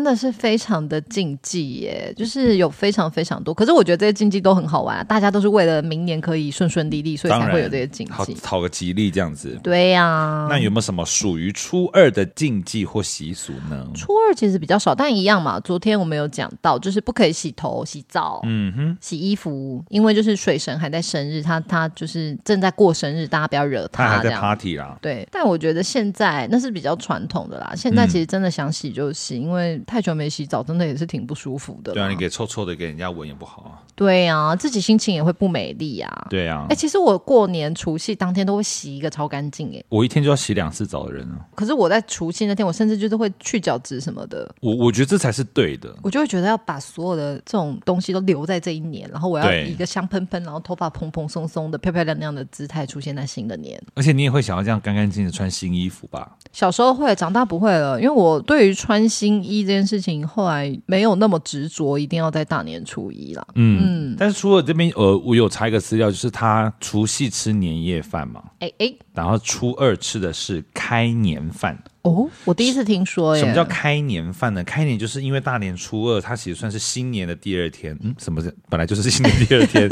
B: 的是非常的禁忌耶，就是有非常非常多。可是我觉得这些禁忌都很好玩、啊，大家都是为了明年可以顺顺利利，所以
D: 当
B: 才
D: 然
B: 会有这些禁
D: 好
B: 忌。
D: 讨个吉利这样子。
B: 对呀、
D: 那有没有什么属于初二的禁忌或习俗呢？
B: 初二其实比较少，但一样嘛。昨天我们有讲到，就是不可以洗头、洗澡、
D: 嗯哼，
B: 洗衣服，因为就是水神还在生日，他他就是正在过生日，大家不要惹
D: 他还
B: 啊这
D: 在
B: 样。
D: party 啦。
B: 对，但我觉得现在那是比较传统的啦。现
D: 嗯
B: 在其实真的想洗就洗，因为太久没洗澡，真的也是挺不舒服的啦。
D: 对啊，你给臭臭的给人家闻也不好啊。
B: 对啊，自己心情也会不美丽啊。
D: 对啊
B: 哎、，其实我过年除夕当天都会洗一个超干净哎，
D: 我一天就要洗两次澡的人啊，
B: 可是我在除夕那天，我甚至就是会去角质什么的，
D: 我我觉得这才是对的。
B: 我就会觉得要把所有的这种东西都留在这一年，然后我要
D: 对
B: 以一个香喷喷，然后头发蓬蓬松松的、漂漂亮亮的姿态出现在新的年。
D: 而且你也会想要这样干干净净地穿新衣服吧？
B: 小时候会，长大不会了，因为我对于穿新衣这件事情，后来没有那么执着，一定要在大年初一啦。
D: 嗯，但是除了这边，呃，我有查一个资料，就是他除夕吃年夜饭嘛，
B: 哎哎
D: 然后初二吃的是开年饭。
B: 哦，我第一次听说耶，
D: 什么叫开年饭呢？开年就是因为大年初二，它其实算是新年的第二天。嗯，什么是本来就是新年第二 天，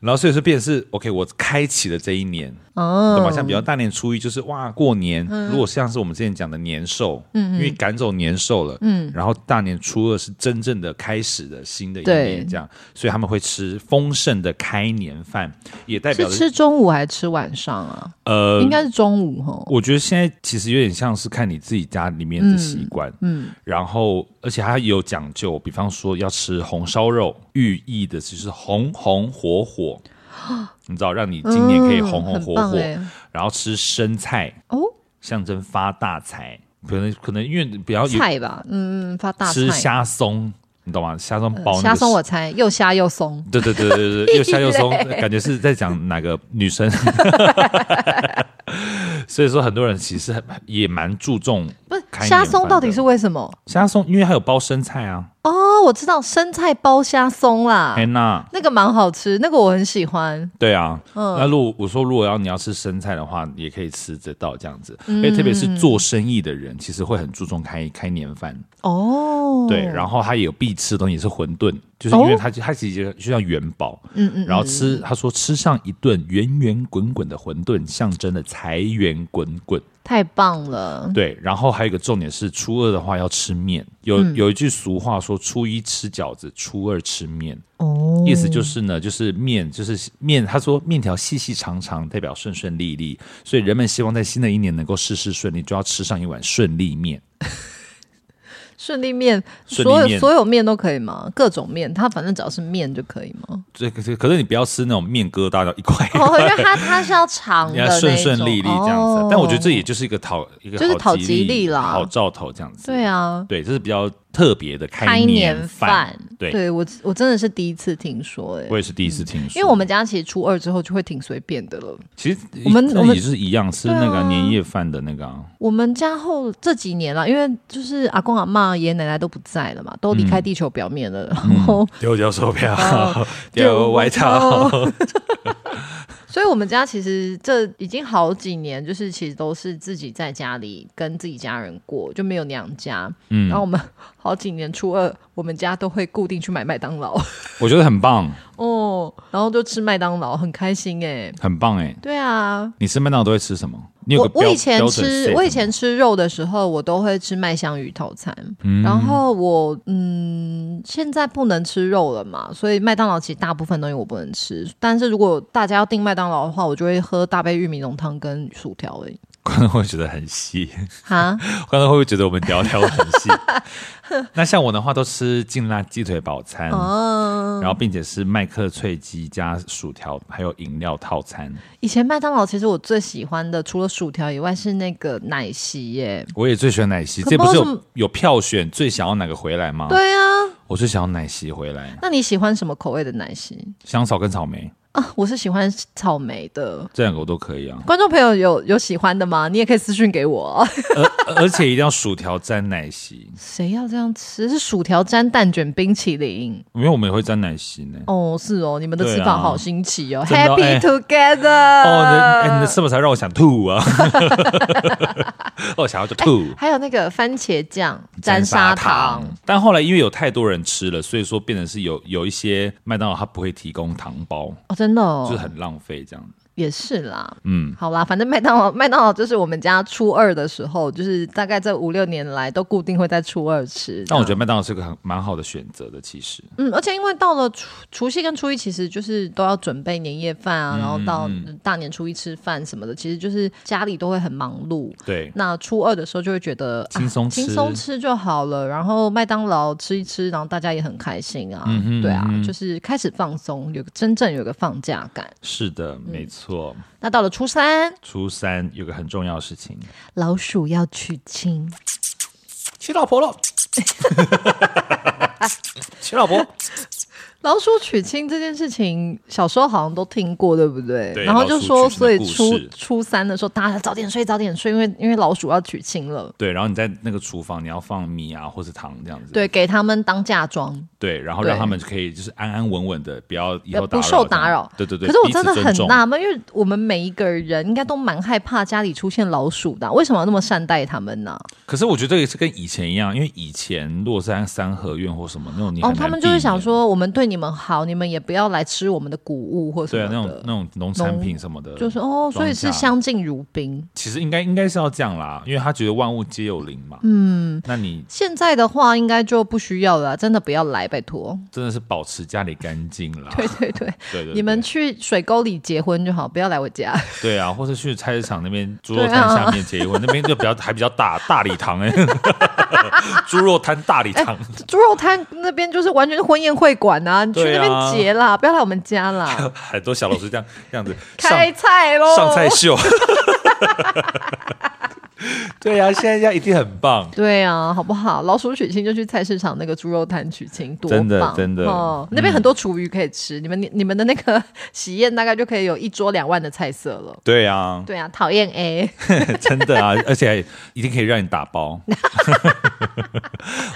D: 然后所以说变成是 OK，我开启了这一年，
B: 哦
D: 懂吗？像比较大年初一就是哇过年，如果像是我们之前讲的年兽，嗯，因为赶走年兽了，嗯，然后大年初二是真正的开始的新的一
B: 对
D: 年，这样，所以他们会吃丰盛的开年饭，也代表
B: 是
D: 着
B: 吃中午还是吃晚上啊？
D: 呃
B: 应该是中午哦吼。
D: 我觉得现在其实有点像是看你自己家里面的习惯，嗯，然后而且它也有讲究，比方说要吃红烧肉，寓意的就是红红 火火，你知道，让你今年可以红
B: 嗯
D: 红火
B: 很
D: 火，
B: 棒欸
D: 然后吃生菜，
B: 哦，
D: 象征发大财，可能可能因为比较有
B: 菜吧，嗯，发大
D: 吃
B: 菜，呃
D: 虾松，你懂吗？虾松包、那个
B: 虾松我猜又虾又松，
D: 对对对 对对，又虾又松，感觉是在讲哪个女生。所以说，很多人其实很也蛮注重
B: 不是
D: 开年
B: 虾
D: 饭的
B: 松到底是为什么？
D: 虾松，因为它有包生菜啊。
B: 哦，我知道生菜包虾松啦
D: 哎、，那
B: 那个蛮好吃，那个我很喜欢。
D: 对啊，
B: 嗯
D: 那如果我说如果要你要吃生菜的话，也可以吃得到这样子。
B: 嗯
D: 因为特别是做生意的人，其实会很注重开开年饭。
B: 哦，
D: 对，然后他也有必吃的东西，也是馄饨，就是因为他、他其实就像元宝，哦嗯嗯，然后吃他说吃上一顿圆圆滚滚的馄饨，象征了财源滚滚。
B: 太棒了。
D: 对，然后还有一个重点是，初二的话要吃面。有、有一句俗话说，初一吃饺子，初二吃面。哦，意思就是呢，就是面，就是面。他说面条细细长长，代表顺顺利利，所以人们希望在新的一年能够事事顺利，就要吃上一碗顺利面。
B: 顺利面，
D: 顺利
B: 所有
D: 面
B: 所有面都可以吗？各种面，它反正只要是面就可以吗？
D: 这个这个，可是你不要吃那种面疙瘩的一块一块。
B: 哦，因为它它是要长嗯
D: 你
B: 的
D: 要
B: 那哦
D: 顺顺利利这样子，啊
B: 种
D: 但我觉得这也就是一个讨一个
B: 就是讨
D: 好
B: 吉利啦
D: 好兆头这样子。
B: 对啊
D: 对，这是比较特别的
B: 开
D: 年
B: 饭，
D: 对，
B: 我我真的是第一次听说、哎
D: 我，也是第一次听说，
B: 因为我们家其实初二之后就会挺随便的了。
D: 其实
B: 我们
D: 那
B: 我们啊
D: 也是一样，吃那个年夜饭的那个啊、
B: 我们家后这几年啦，因为就是阿公阿妈、爷爷奶奶都不在了嘛，都离
D: 嗯
B: 开地球表面了，然后
A: 丢掉手表，
B: 哦
D: 丢外套，
B: 所以我们家其实这已经好几年，就是其实都是自己在家里跟自己家人过，就没有娘家。嗯，然后我们好几年初二，我们家都会固定去买麦当劳。
D: 我觉得很棒。
B: 哦，然后就吃麦当劳，很开心哎。
D: 很棒哎、
B: 对啊，
D: 你吃麦当劳都会吃什么？你有个
B: 我我
D: 标
B: 以前
D: 标准
B: 吃
D: set
B: 我以前吃肉的时候，我都会吃麦香鱼套餐。然后我嗯，现在不能吃肉了嘛，所以麦当劳其实大部分东西我不能吃。但是如果大家要订麦当劳的话，我就会喝大杯玉米浓汤跟薯条而已。
D: 观众会觉得很细，
B: 哈，
D: 观众会不会觉得我们聊聊很细？ 那像我的话，都吃劲辣鸡腿堡餐。
B: 嗯，
D: 然后，并且是麦克脆鸡加薯条，还有饮料套餐。
B: 以前麦当劳其实我最喜欢的，除了薯条以外，是那个奶昔耶。
D: 我也最喜欢奶昔，
B: 可
D: 这不是
B: 不知道为什
D: 有有票选最想要哪个回来吗？
B: 对啊，
D: 我最想要奶昔回来，
B: 那你喜欢什么口味的奶昔
D: 香草跟草莓
B: 啊？我是喜欢草莓的。。
D: 这两个我都可以啊
B: 观众朋友有有喜欢的吗？你也可以私讯给我。啊
D: 而而 且一定要薯条沾奶昔，
B: 谁要这样吃？是薯条沾蛋卷冰淇淋？
D: 因为我们也会沾奶昔呢。
B: 哦，是哦，你们的吃
D: 对
B: 法
D: 啊
B: 好新奇哦。
D: 真的
B: Happy
D: 哎
B: together。
D: 哦，你的哎你的吃法才让我想吐啊！ 哦，想要就吐。
B: 还有那个番茄酱哎沾砂糖，，
D: 但后来因为有太多人吃了，所以说变成是有有一些麦当劳它不会提供糖包，
B: 哦，真的哦，
D: 就是很浪费这样。
B: 也是啦。
D: 嗯，
B: 好啦，反正麦当劳，麦当劳就是我们家初二的时候，就是大概这五六年来都固定会在初二吃。
D: 但我觉得
B: 得，
D: 麦当劳是个很蛮好的选择的，其实。
B: 嗯，而且因为到了除除夕跟初一，其实就是都要准备年夜饭
D: 嗯
B: 啊，然后到大年初一吃饭什么的，其实就是家里都会很忙碌。
D: 对，
B: 那初二的时候就会觉得
D: 轻松
B: 啊
D: 吃
B: 轻松吃就好了，然后麦当劳吃一吃，然后大家也很开心啊，
D: 嗯
B: 对啊，就是开始放松，有个真正有个放假感。
D: 是的，
B: 嗯
D: 没错。
B: 那到了初三，
D: 初三有个很重要的事情，
F: 老鼠要娶亲，
D: 娶 老婆了，娶老婆。
B: 老鼠娶亲这件事情，小时候好像都听过，对不对？
D: 对
B: 然后就说，
D: 老鼠娶亲
B: 所
D: 的
B: 以
D: 故事
B: 初初三的时候，大家早点睡，早点睡，因为因为老鼠要娶亲了。
D: 对，然后你在那个厨房，你要放米啊或是糖这样子。
B: 对，给他们当嫁妆，
D: 对，然后
B: 对呃
D: 让他们可以就是安安稳稳的，不要以后
B: 不
D: 打扰
B: 受
D: 这样
B: 打扰。
D: 对对对，
B: 可是我
D: 彼此
B: 真的
D: 尊
B: 很
D: 重
B: 纳闷，因为我们每一个人应该都蛮害怕家里出现老鼠的啊、为什么要那么善待他们呢、
D: 可是我觉得这个是跟以前一样，因为以前落山三合院或什么那种你很
B: 哦
D: 难，
B: 他们就是
D: 避免
B: 想，说，我们对你们好，你们也不要来吃我们的谷物或什
D: 对啊
B: 么，
D: 那种
B: 的。
D: 那种农产品什么的，
B: 就是哦，所以是
D: 庄稼
B: 相敬如宾。
D: 其实应该应该是要这样啦，因为他觉得万物皆有灵嘛。嗯，那你
B: 现在的话，应该就不需要了啊，真的不要来，拜托。
D: 真的是保持家里干净啦。
B: 对对对，
D: 对对，
B: 你们
D: 对
B: 去水沟里结婚就好，不要来我家。
D: 对啊，或者去菜市场那边猪
B: 对
D: 肉
B: 啊
D: 摊下面结婚，那边就比较还比较大大礼堂哎， 猪肉摊大礼堂，
B: 猪肉摊那边就是完全是婚宴会馆啊，你去
D: 对
B: 那
D: 啊。
B: 边结啦，不要来我们家啦
D: 很多小老师这样这样子上
B: 哎开菜喽！
D: 上菜 秀。对呀、啊，现在这样一定很棒。
B: 对啊，好不好？老鼠娶亲就去菜市场那个猪肉摊娶亲，多棒！
D: 真的真的
B: 哦，那边很多厨余可以吃，你们你们的那个喜宴大概就可以有一桌两万的菜色了。
D: 对啊，
B: 对啊，讨厌 A，
D: 真的啊，而且一定可以让你打包。我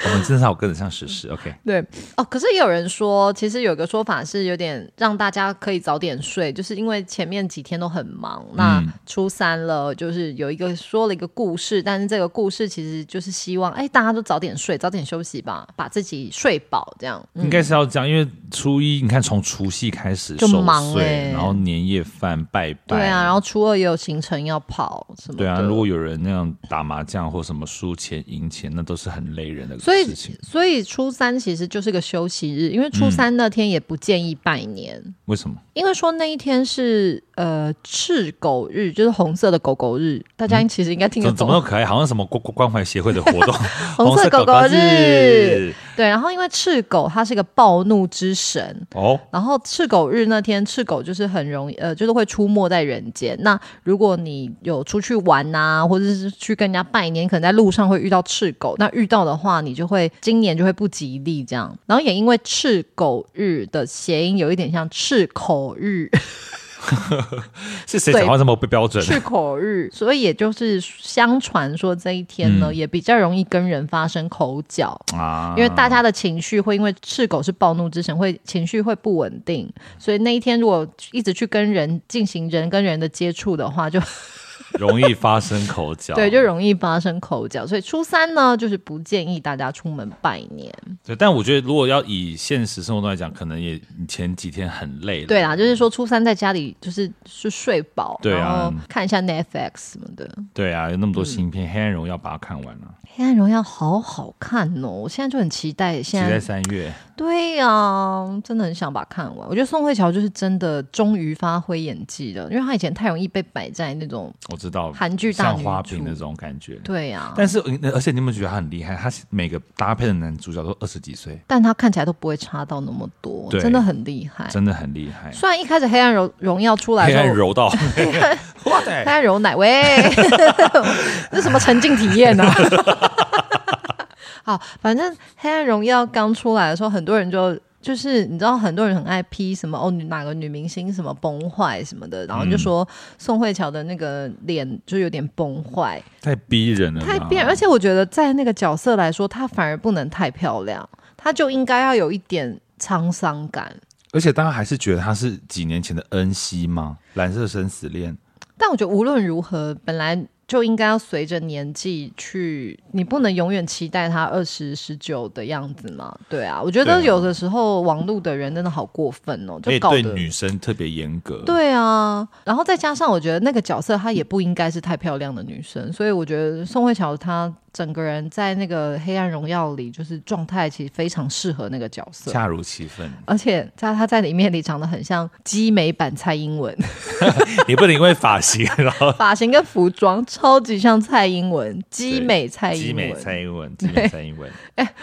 D: 们真的好跟得上时事，OK？
B: 对哦。可是也有人说，其实有个说法是有点让大家可以早点睡，就是因为前面几天都很忙，
D: 嗯
B: 那初三了，就是有一个说了一个故事，但是这个故事其实就是希望，哎，大家都早点睡，早点休息吧，把自己睡饱，这样。
D: 应该是要这样，因为初一你看从除夕开始
B: 就
D: 守
B: 忙
D: 岁，
B: 欸
D: 然后年夜饭拜拜，
B: 对啊，然后初二也有行程要跑什么的。
D: 对啊，如果有人那样打麻将或什么输钱赢钱，那都是很累人的
B: 所以
D: 事情。
B: 所以初三其实就是个休息日，因为初三那天也不建议拜年，
D: 为什么？
B: 因为说那一天是呃赤狗日，就是红色的狗狗日，大家其实应该听得
D: 嗯怎怎
B: 懂。
D: 么那么可爱？好像什么关关关怀协会的活 动，
B: 红色
D: 色
B: 狗
D: 狗
B: 狗
D: 狗
B: 日对，然后因为赤狗它是个暴怒之神，
D: 哦。
B: 然后赤狗日那天，赤狗就是很容易，呃，就是会出没在人间。那如果你有出去玩呐、或者是去跟人家拜年，可能在路上会遇到赤狗。那遇到的话，你就会今年就会不吉利这样。然后也因为赤狗日的谐音有一点像赤口日，
D: 是谁
B: 对
D: 讲话这么不标准？
B: 赤口日，所以也就是相传说这一天呢，也比较容易跟人发生口角。
D: 啊
B: 因为大家的情绪会因为赤狗是暴怒之神，会情绪会不稳定，所以那一天如果一直去跟人进行人跟人的接触的话，就
D: 容易发生口角。
B: 对，就容易发生口角，所以初三呢，就是不建议大家出门拜年。
D: 对。但我觉得，如果要以现实生活中来讲，可能也你前几天很累了。
B: 对啦，就是说初三在家里就是是睡饱，
D: 对啊
B: 然后看一下 Netflix 什么的。
D: 对啊，有那
B: 嗯
D: 么多新片，黑暗荣耀》把它看完了，
B: 黑暗荣耀好好看哦，我现在就很期待。
D: 只
B: 现
D: 在
B: 在
D: 三月。
B: 对呀、真的很想把它看完。我觉得宋慧乔就是真的终于发挥演技了，因为她以前太容易被摆在那种
D: 我知道
B: 韩剧大
D: 像
B: 女
D: 花
B: 主
D: 瓶那种感觉。
B: 对呀、
D: 但是，呃而且你有没有觉得他很厉害？他每个搭配的男主角都二十几岁，
B: 但她看起来都不会差到那么多，
D: 对
B: 真的很厉害。
D: 真的很厉害。
B: 虽然一开始黑暗荣荣耀出来
D: 黑
B: 的
D: 暗
B: 时候。
D: 柔道， 哇
B: 黑暗柔奶喂， 这什么沉浸体验 呢、啊？好，反正《黑暗荣耀》刚出来的时候，很多人就就是你知道，很多人很爱批什么哦，女哪个女明星什么崩坏什么的，然
D: 嗯
B: 后就说宋慧乔的那个脸就有点崩坏，
D: 太逼人了吧，
B: 太变。而且我觉得在那个角色来说，她反而不能太漂亮，她就应该要有一点沧桑感。
D: 而且大家还是觉得他是几年前的恩熙吗？蓝色生死恋，
B: 但我觉得无论如何，本来就应该要随着年纪去，你不能永远期待他二十十九的样子嘛。对啊，我觉
D: 对啊
B: 得有的时候网路的人真的好过分哦，
D: 而
B: 就
D: 且
B: 搞
D: 哎对
B: 得。
D: 女生特别严格。
B: 对啊，然后再加上我觉得那个角色她也不应该是太漂亮的女生，所以我觉得宋慧乔她整个人在那个《黑暗荣耀》里就是状态其实非常适合那个角色，
D: 恰如其分，
B: 啊 而且在她在里面里长得很像基美版蔡英文。
D: 你不能因为发型，然后
B: 发型跟服装超级像蔡英文，基美蔡
D: 集
B: 英
D: 美
B: 文。
D: 蔡英文，集美蔡英文。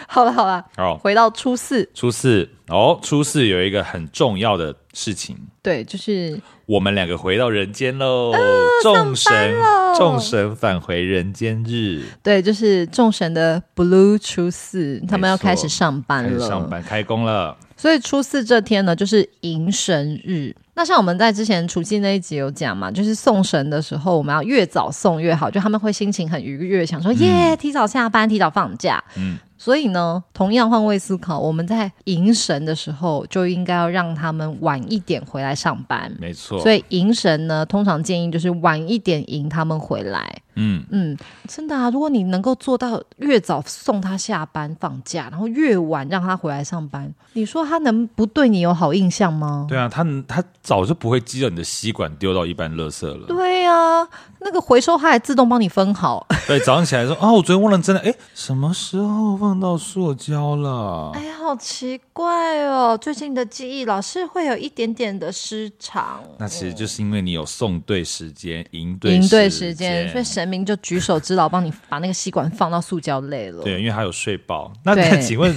B: 好了好了，
D: 好，
B: 回到初四，
D: 初四哦，初四有一个很重要的事情，
B: 对，就是
D: 我们两个回到人间喽，
B: 啊
D: 众神众神返回人间日，
B: 对，就是众神的 Blue 初四，他们要开始上班
D: 开始
B: 了。
D: 上班开工了，
B: 所以初四这天呢，就是迎神日。那像我们在之前除夕那一集有讲嘛，就是送神的时候，我们要越早送越好，就他们会心情很愉悦，想说、耶，提早下班，提早放假。
D: 嗯
B: 嗯，所以呢，同样换位思考，我们在迎神的时候，就应该要让他们晚一点回来上班。
D: 没错。
B: 所以迎神呢，通常建议就是晚一点迎他们回来。
D: 嗯，
B: 嗯，真的啊，如果你能够做到越早送他下班放假，然后越晚让他回来上班，你说他能不对你有好印象吗？
D: 对啊，他他早就不会激到你的吸管丢到一般垃圾了。
B: 对啊，那个回收他还自动帮你分好。
D: 对，早上起来说啊，我昨天忘了真的，哎，什么时候忘到塑胶了？
B: 哎呀，好奇怪哦，最近的记忆老是会有一点点的失常。
D: 那其实就是因为你有送对时间，赢对
B: 赢对时
D: 时
B: 间，所以神明就举手之劳，帮你把那个吸管放到塑胶类了。
D: 对，因为他有睡饱。那
B: 对
D: 请问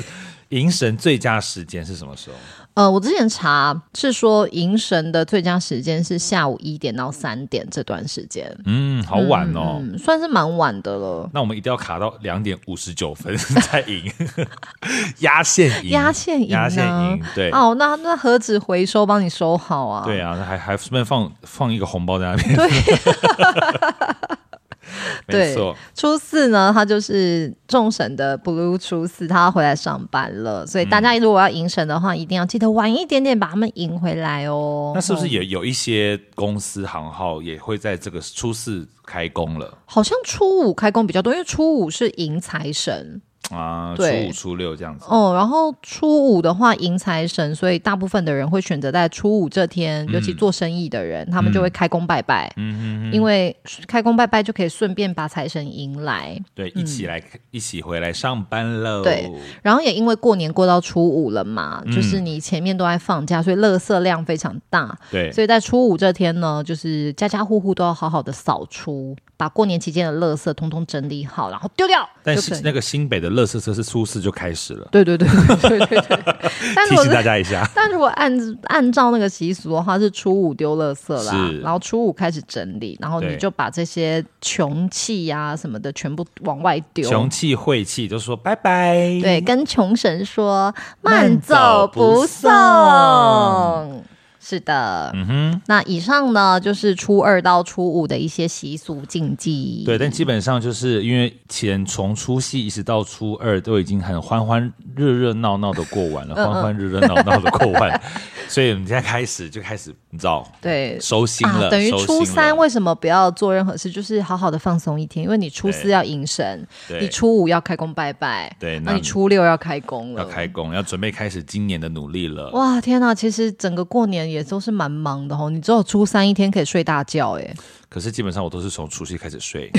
D: 迎神最佳时间是什么时候？
B: 呃，我之前查是说迎神的最佳时间是下午一点到三点这段时间，
D: 嗯，好晚哦。
B: 嗯，算是蛮晚的了。
D: 那我们一定要卡到两点五十九分 才赢，压线赢，
B: 压线赢、啊，
D: 压线赢，对。
B: 哦，那那何止回收帮你收好啊？
D: 对
B: 啊，
D: 啊，还还顺便放放一个红包在那边，
B: 对。
D: 没错，
B: 初四呢，他就是众神的 Blue 初四，他要回来上班了，所以大
D: 嗯
B: 家如果要迎神的话，一定要记得晚一点点把他们迎回来哦。
D: 那是不是也有一些公司行号也会在这个初四开工了
B: 好像初五开工比较多，因为初五是迎财神，
D: 啊？初
B: 对
D: 五、初六这样子。
B: 哦，然后初五的话迎财神，所以大部分的人会选择在初五这天，尤其做生意的人，他们就会开工拜拜，
D: 嗯嗯嗯嗯，
B: 因为开工拜拜就可以顺便把财神迎来。
D: 对，一起来，一起回来上班
B: 嗯
D: 喽。
B: 对然后也因为过年过到初五了嘛，
D: 嗯
B: 就是你前面都在放假，所以垃圾量非常大。
D: 对，
B: 所以在初五这天呢，就是家家户户都要好好的扫除，把过年期间的垃圾通通整理好，然后丢掉。
D: 但
B: 就可
D: 是
B: 以
D: 那个新北的乐色车是初四就开始了，
B: 对对对对对对对。 但
D: 提
B: 如果
D: 醒
B: 是。
D: 大家一下
B: 但如果按按照那个习俗的话，是初五丢垃圾啦
D: 是，
B: 然后初五开始整理，然后
D: 对
B: 你就把这些穷气呀、什么的全部往外丢。
D: 穷气晦气，就说拜拜。
B: 对，，跟穷神说
D: 慢
B: 慢
D: 走
B: 走
D: 不
B: 不
D: 送
B: 送。是的，
D: 嗯哼，
B: 那以上呢就是初二到初五的一些习俗禁忌。
D: 对，但基本上就是因为前从除夕一直到初
B: 嗯
D: 二都已经很欢欢热热闹闹的过完了，欢欢热热闹闹的过完，所以我们现在开始就开始，你知道，
B: 对
D: 收心了，
B: 啊、等于
D: 收心
B: 初三
D: 了
B: 为什么不要做任何事？就是好好的放松一天，因为你初四
D: 对
B: 要迎神，
D: 对
B: 你初五要开工拜拜，
D: 对
B: 那
D: 那
B: 你初六要开工了，
D: 要开工，要准备开始今年的努力了。
B: 哇，天呐！其实整个过年也都是蛮忙的哦，你只有初三一天可以睡大觉，哎，
D: 可是基本上我都是从除夕开始睡，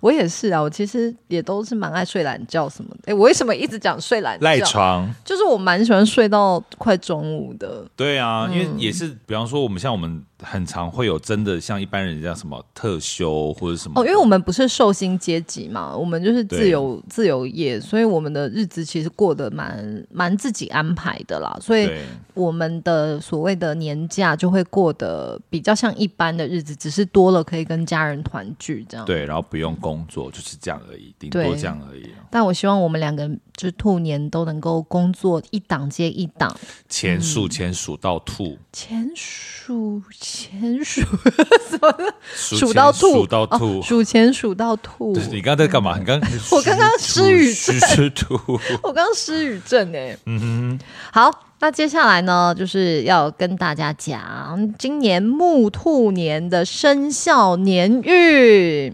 B: 我也是啊，我其实也都是蛮爱睡懒觉什么的。哎，我为什么一直讲睡懒觉？
D: 赖床。
B: 就是啊我蛮喜欢睡到快中午的。
D: 对啊，因为
B: 嗯
D: 也是，比方说我们像我们很常会有真的像一般人这样什么特休或者什么
B: 哦，因为我们不是受薪阶级嘛，我们就是自
D: 对
B: 由自由业，所以我们的日子其实过得蛮蛮自己安排的啦，所以
D: 对
B: 我们的所谓的年假就会过得比较像一般的日子，只是多了可以跟家人团聚这样。
D: 对，然后不用工作，就是这样而已，顶多
B: 对
D: 这样而已。啊
B: 但我希望我们两个就是兔年都能够工作一档接一档，
D: 钱
B: 嗯
D: 数钱数到吐，
B: 钱数钱数
D: 数
B: 数
D: 钱
B: 到吐，
D: 数到
B: 哦
D: 吐。
B: 数钱数到吐。
D: 对你刚刚在干嘛？你刚
B: 我刚刚失语
D: 数数吐。
B: 我刚刚失语症哎、嗯哼，好，那接下来呢，就是要跟大家讲今年木兔年的生肖年运。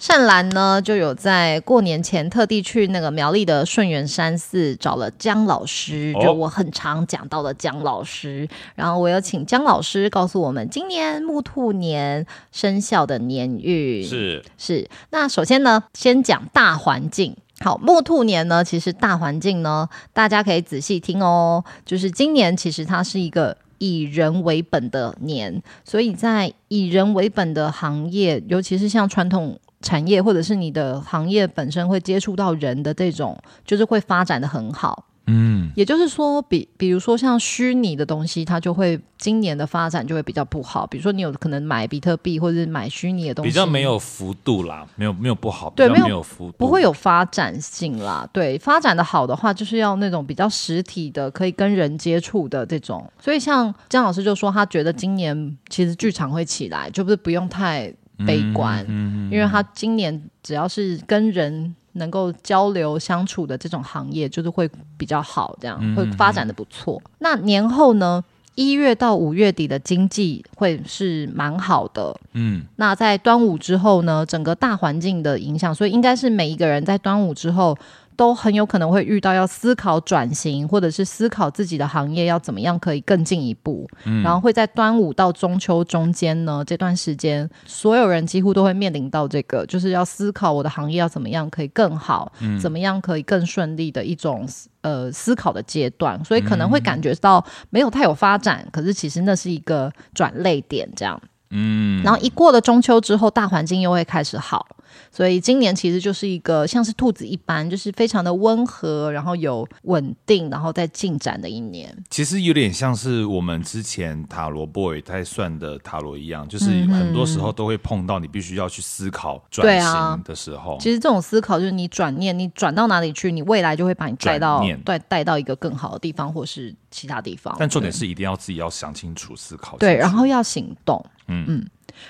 B: 善兰呢，就有在过年前特地去那个苗栗的顺源山寺找了姜老师，
D: 哦
B: 就我很常讲到的姜老师。然后我有请姜老师告诉我们今年木兔年生肖的年运。
D: 是
B: 是，那首先呢，先讲大环境。好，木兔年呢，其实大环境呢，大家可以仔细听哦。就是今年其实它是一个以人为本的年，所以在以人为本的行业，尤其是像传统产业或者是你的行业本身会接触到人的这种，就是会发展的很好。
D: 嗯，
B: 也就是说，比比如说像虚拟的东西，它就会今年的发展就会比较不好。比如说你有可能买比特币或者是买虚拟的东西，
D: 比较没有幅度啦，没有没有不好，
B: 对
D: 比较
B: 没有
D: 没有幅度，
B: 不会有发展性啦。对，发展的好的话，就是要那种比较实体的，可以跟人接触的这种。所以像姜老师就说，他觉得今年其实剧场会起来，就不是不用太悲观，因为他今年只要是跟人。能够交流相处的这种行业，就是会比较好，这样会发展的不错。那年后呢，一月到五月底的经济会是蛮好的，
D: 嗯，
B: 那在端午之后呢，整个大环境的影响，所以应该是每一个人在端午之后都很有可能会遇到要思考转型，或者是思考自己的行业要怎么样可以更进一步。然后会在端午到中秋中间呢这段时间，所有人几乎都会面临到这个，就是要思考我的行业要怎么样可以更好，怎么样可以更顺利的一种。呃，思考的阶段，所以可能会感觉到没有太有发展，可是其实那是一个转类点，这样。
D: 嗯
B: 然后一过了中秋之后，大环境又会开始好，所以今年其实就是一个像是兔子一般，就是非常的温和，然后有稳定，然后再进展的一年。
D: 其实有点像是我们之前塔罗 boy 在算的塔罗一样，就是
B: 嗯
D: 很多时候都会碰到你必须要去思考转
B: 对啊
D: 型的时候。
B: 其实这种思考就是你转念，你转到哪里去，你未来就会把你带到
D: 转念
B: 带带到一个更好的地方，或是其他地方。
D: 但重点是一定要自己要想清楚、思考清楚。
B: 啊对，然后要行动。
D: 嗯
B: 嗯。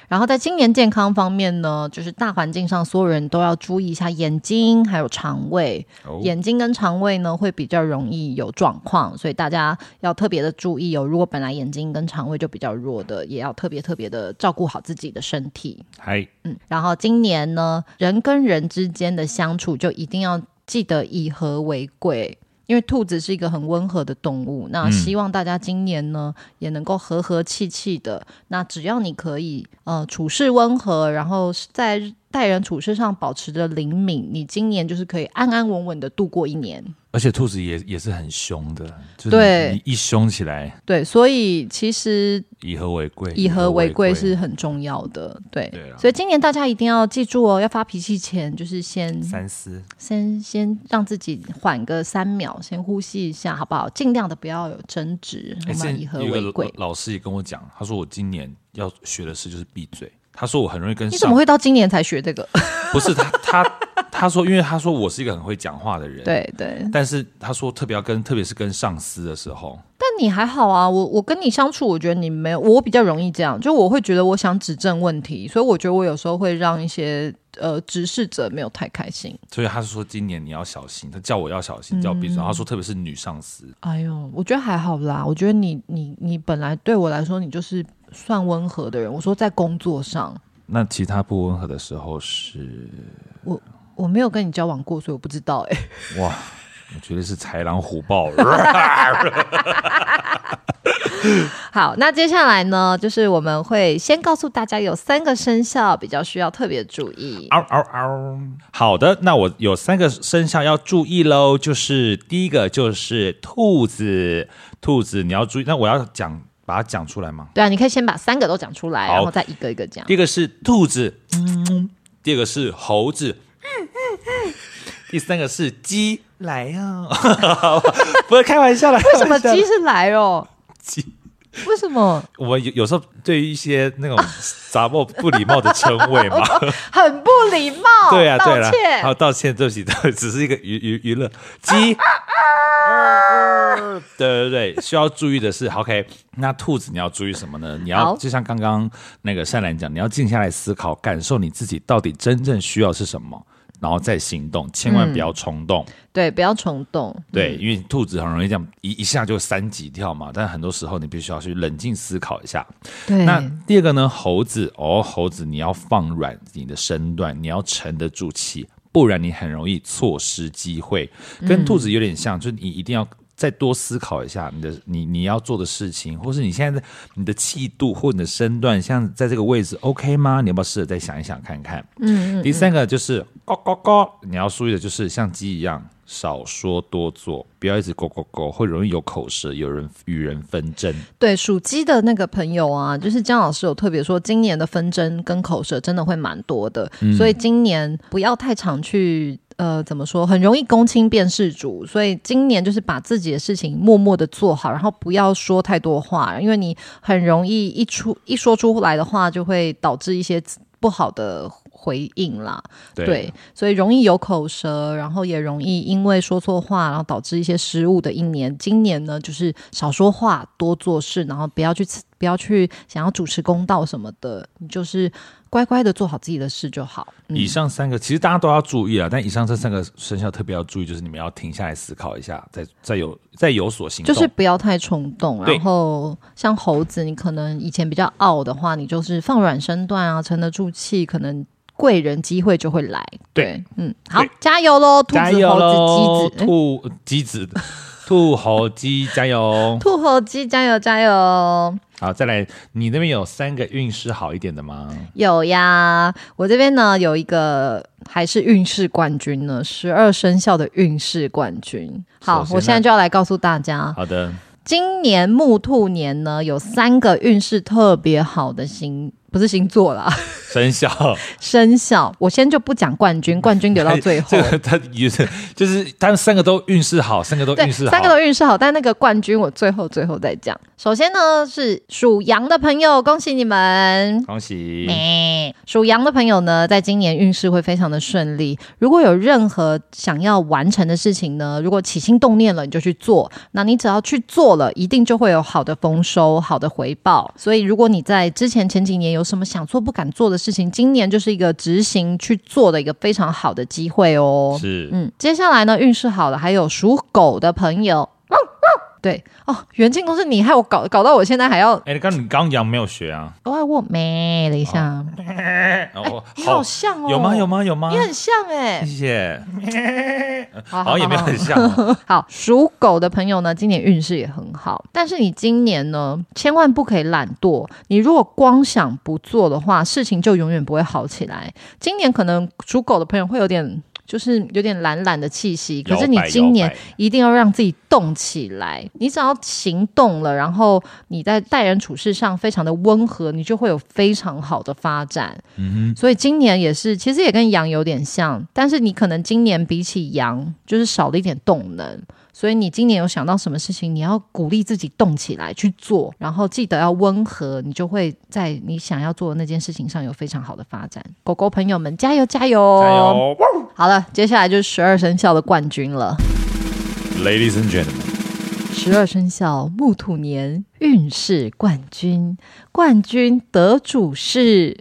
B: 然后在今年健康方面呢，就是大环境上，所有人都要注意一下眼睛还有肠胃。
D: 哦
B: 眼睛跟肠胃呢会比较容易有状况，所以大家要特别的注意哦。如果本来眼睛跟肠胃就比较弱的，也要特别特别的照顾好自己的身体。
D: 嗨，
B: 嗯，然后今年呢，人跟人之间的相处就一定要记得以和为贵。因为兔子是一个很温和的动物，
D: 嗯
B: 那希望大家今年呢、也能够和和气气的。那只要你可以呃处事温和，然后在待人处事上保持着灵敏，你今年就是可以安安稳稳的度过一年。
D: 而且兔子也也是很凶的，就是
B: 对
D: 你一凶起来，
B: 对，所以其实
D: 以和为贵，
B: 以和为贵是很重要的。对，
D: 对啊
B: 所以今年大家一定要记住哦，要发脾气前就是先
D: 三思。
B: 先先让自己缓个三秒，先呼吸一下，好不好？尽量的不要有争执，我
D: 哎之
B: 们
D: 前
B: 嗯以和
D: 有一
B: 为
D: 个
B: 贵。
D: 老老师也跟我讲，他说我今年要学的事就是闭嘴。他说我很容易跟
B: 你
D: 上，
B: 怎么会到今年才学这个？
D: 不是他他他说，因为他说我是一个很会讲话的人，，
B: 对对，
D: 但是他说特别要跟，特别是跟上司的时候，
B: 但你还好啊，我我跟你相处，我觉得你没有，我比较容易这样，就我会觉得我想指正问题，所以我觉得我有时候会让一些呃直视者没有太开心。
D: 所以他是说今年你要小心，他叫我要小心，叫我闭
B: 嗯
D: 嘴。然后他说特别是女上司，
B: 哎呦，我觉得还好啦，我觉得你你你本来对我来说你就是算温和的人，我说在工作上。
D: 那其他不温和的时候是
B: 我没有跟你交往过，所以我不知道哎、
D: 哇，我觉得是豺狼虎豹。
B: 好，那接下来呢，就是我们会先告诉大家有三个生肖比较需要特别注意。
D: 嗷嗷嗷！好的，那我有三个生肖要注意喽，就是第一个就是兔子，兔子你要注意。那我要讲，把它讲出来吗？
B: 对啊，你可以先把三个都讲出来，
D: 好
B: 然后再一个一个讲。
D: 第一个是兔子，嗯，第二个是猴子，第三个是鸡，来呀、 不是开玩笑啦，
B: 为
D: 为
B: 什么鸡是来哦？
D: 鸡？
B: 为什 么？
D: 我们有有时候对于一些那种杂不不礼貌的称谓嘛，
B: 很不礼貌，
D: 对啊，
B: 哦道
D: 对啦，
B: 歉。
D: 好，道歉，对不起， 对不起只是一个娱娱娱乐 鸡。对对对，需要注意的是，OK，那兔子你要注意什么呢？你要
B: 好
D: 就像刚刚那个善兰讲，你要静下来思考，感受你自己到底真正需要是什么，然后再行动，千万不要冲动。
B: 对，不要冲动。
D: 对，因为兔子很容易这样一一下就三级跳嘛，但很多时候你必须要去冷静思考一下。
B: 对
D: 那第二个呢，猴子哦，猴子你要放软你的身段，你要沉得住气，不然你很容易错失机会。跟兔子有点像，就是你一定要。再多思考一下你的你你要做的事情，或是你现在的你的气度或你的身段，像在这个位置 OK 吗？你要不要试着再想一想看看？嗯嗯第三个就是咯咯咯，你要注意的就是像鸡一样，少说多做，不要一直咯咯咯，会容易有口舌，有人与人纷争。
B: 对属鸡的那个朋友啊，就是姜老师有特别说，今年的纷争跟口舌真的会蛮多的，所以今年不要太常去。呃，怎么说？很容易公亲变事主，所以今年就是把自己的事情默默的做好，然后不要说太多话，因为你很容易一出一说出来的话，就会导致一些不好的回应啦。
D: 对
B: 对，所以容易有口舌，然后也容易因为说错话，然后导致一些失误的一年。今年呢，就是少说话，多做事，然后不要去不要去想要主持公道什么的，你就是乖乖的做好自己的事就好。
D: 以上三个其实大家都要注意啊，但以上这三个生肖特别要注意，就是你们要停下来思考一下，再再有再有所行
B: 就
D: 动。
B: 是不要太冲动，
D: 对
B: 然后像猴子，你可能以前比较傲的话，你就是放软身段啊，沉得住气，可能贵人机会就会来。
D: 对
B: 嗯，好，加油喽！兔
D: 加
B: 子、
D: 油
B: 猴
D: 喽
B: 子、，鸡子，诶
D: 兔呃 鸡子，兔猴鸡加油！
B: 兔猴鸡，加油加油！
D: 好，再来，你那边有三个运势好一点的吗？
B: 有呀，我这边呢有一个还是运势冠军呢，十二生肖的运势冠军。好
D: 首，先
B: 我现在
D: 呢
B: 就要来告诉大家，
D: 好的，
B: 今年木兔年呢有三个运势特别好的星，不是星座啦，
D: 生肖
B: 生肖。我先就不讲冠军，冠军留到最后
D: 嗯 这。个他就是就是他们三个都运势好，三个都
B: 对，
D: 运势好，
B: 三个都运势好，但那个冠军我最后最后再讲。首先呢是属羊的朋友，恭喜你们！
D: 恭喜。
B: 咩属羊的朋友呢，在今年运势会非常的顺利。如果有任何想要完成的事情呢，如果起心动念了，你就去做。那你只要去做了，一定就会有好的丰收、好的回报。所以，如果你在之前前几年有什么想做不敢做的事情，今年就是一个执行去做的一个非常好的机会哦。
D: 是，
B: 嗯，接下来呢，运势好的还有属狗的朋友。 对哦，袁庆公是你害我搞搞到我现在还要
D: 哎、你刚你刚羊没有学啊？
B: 哦，我咩了一下，
D: 哦，
B: 哎你好像哦，
D: 有吗？有？吗？有吗
B: 你？很像哎、
D: 谢谢，
B: 好
D: 好像也没有很像哦。
B: 好，属狗的朋友呢，今年运势也很好，但是你今年呢，千万不可以懒惰。你如果光想不做的话，事情就永远不会好起来。今年可能属狗的朋友会有点。就是有点懒懒的气息，可是你
D: 摇摆
B: 今年
D: 摇摆
B: 一定要让自己动起来。你只要行动了，然后你在待人处事上非常的温和，你就会有非常好的发展。所以今年也是，其实也跟羊有点像，但是你可能今年比起羊就是少了一点动能。所以你今年有想到什么事情，你要鼓励自己动起来去做，然后记得要温和，你就会在你想要做的那件事情上有非常好的发展。狗狗朋友们，加油加油！
D: 加油！
B: 好了，接下来就是十二生肖的冠军了。
D: Ladies and gentlemen，
B: 十二生肖木兔年运势冠军，冠军得主是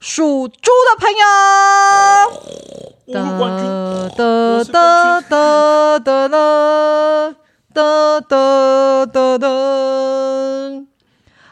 B: 属猪的朋友。
A: 哦我是冠军
B: 哒哒哒哒哒哒哒哒哒。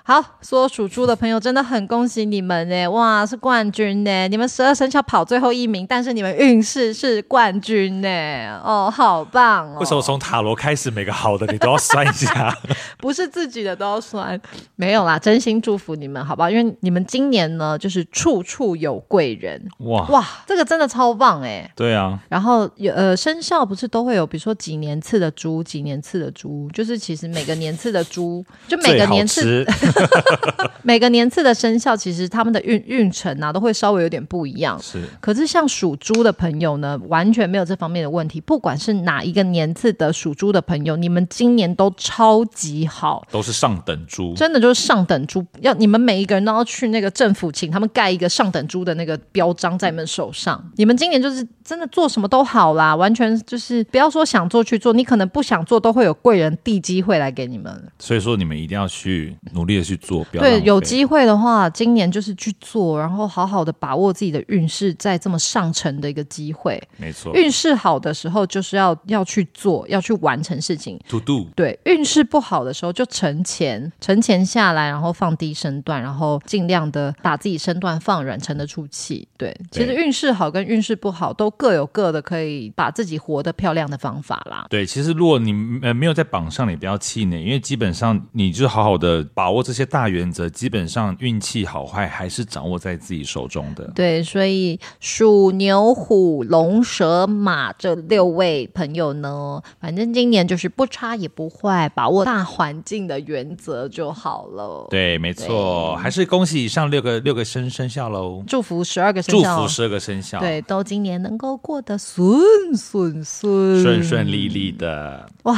B: 好，所有属猪的朋友真的很恭喜你们呢！哇，是冠军呢！你们十二生肖跑最后一名，但是你们运势是冠军呢！哦，好棒哦！
D: 为什么从塔罗开始每个好的你都要算一下？
B: 不是自己的都要酸，没有啦，真心祝福你们，好不好？因为你们今年呢，就是处处有贵人，
D: 哇，
B: 哇，这个真的超棒哎、
D: 对啊，
B: 然后有呃，生肖不是都会有，比如说几年次的猪，几年次的猪，就是其实每个年次的猪，就每
D: 最
B: 个
D: 好
B: 年次
D: 吃，
B: 每个年次的生肖，其实他们的运运程啊，都会稍微有点不一样。
D: 是
B: 可是像属猪的朋友呢，完全没有这方面的问题。不管是哪一个年次的属猪的朋友，你们今年都超级好，
D: 都是上等猪，
B: 真的就是上等猪，要你们每一个人都要去那个政府，请他们盖一个上等猪的那个标章在你们手上。你们今年就是真的做什么都好啦，完全就是不要说想做去做，你可能不想做都会有贵人递机会来给你们。
D: 所以说你们一定要去努力的去做，不要浪
B: 对，
D: 费
B: 有机会的话，今年就是去做，然后好好的把握自己的运势，在这么上乘的一个机会。
D: 没错
B: 运势好的时候，就是要要去做，要去完成事情。
D: ，to do
B: 对，运势不好的时候就沉潜，沉潜下来，然后放低身段，然后尽量的把自己身段放软，沉得住气。对，其实
D: 对
B: 运势好跟运势不好都各有各的可以把自己活得漂亮的方法啦。
D: 对，其实如果你呃没有在榜上，你不要气馁，因为基本上你就好好的把握这些大原则，基本上运气好坏还是掌握在自己手中的。
B: 对，所以鼠、牛、虎、龙、蛇、马这六位朋友呢，反正今年就是不差也不坏，把握大环境的原则就好了。，
D: 对，没错，还是恭喜以上六个六个生生肖喽，
B: 祝福十二个生
D: 祝
B: 肖，
D: 福十二个生肖，
B: 对，都今年能够过得顺顺顺
D: 顺顺利利的，
B: 哇！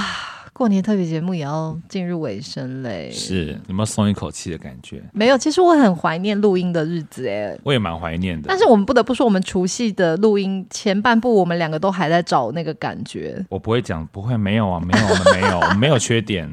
B: 过年特别节目也要进入尾声嘞，
D: 是有没有松一口气的感觉？
B: 没有？其实我很怀念录音的日子哎，
D: 我也蛮怀念的，
B: 但是我们不得不说，我们除夕的录音前半部，我们两个都还在找那个感觉。
D: 我不会讲，不会，没有啊，没有，我们没有，我们没有缺点，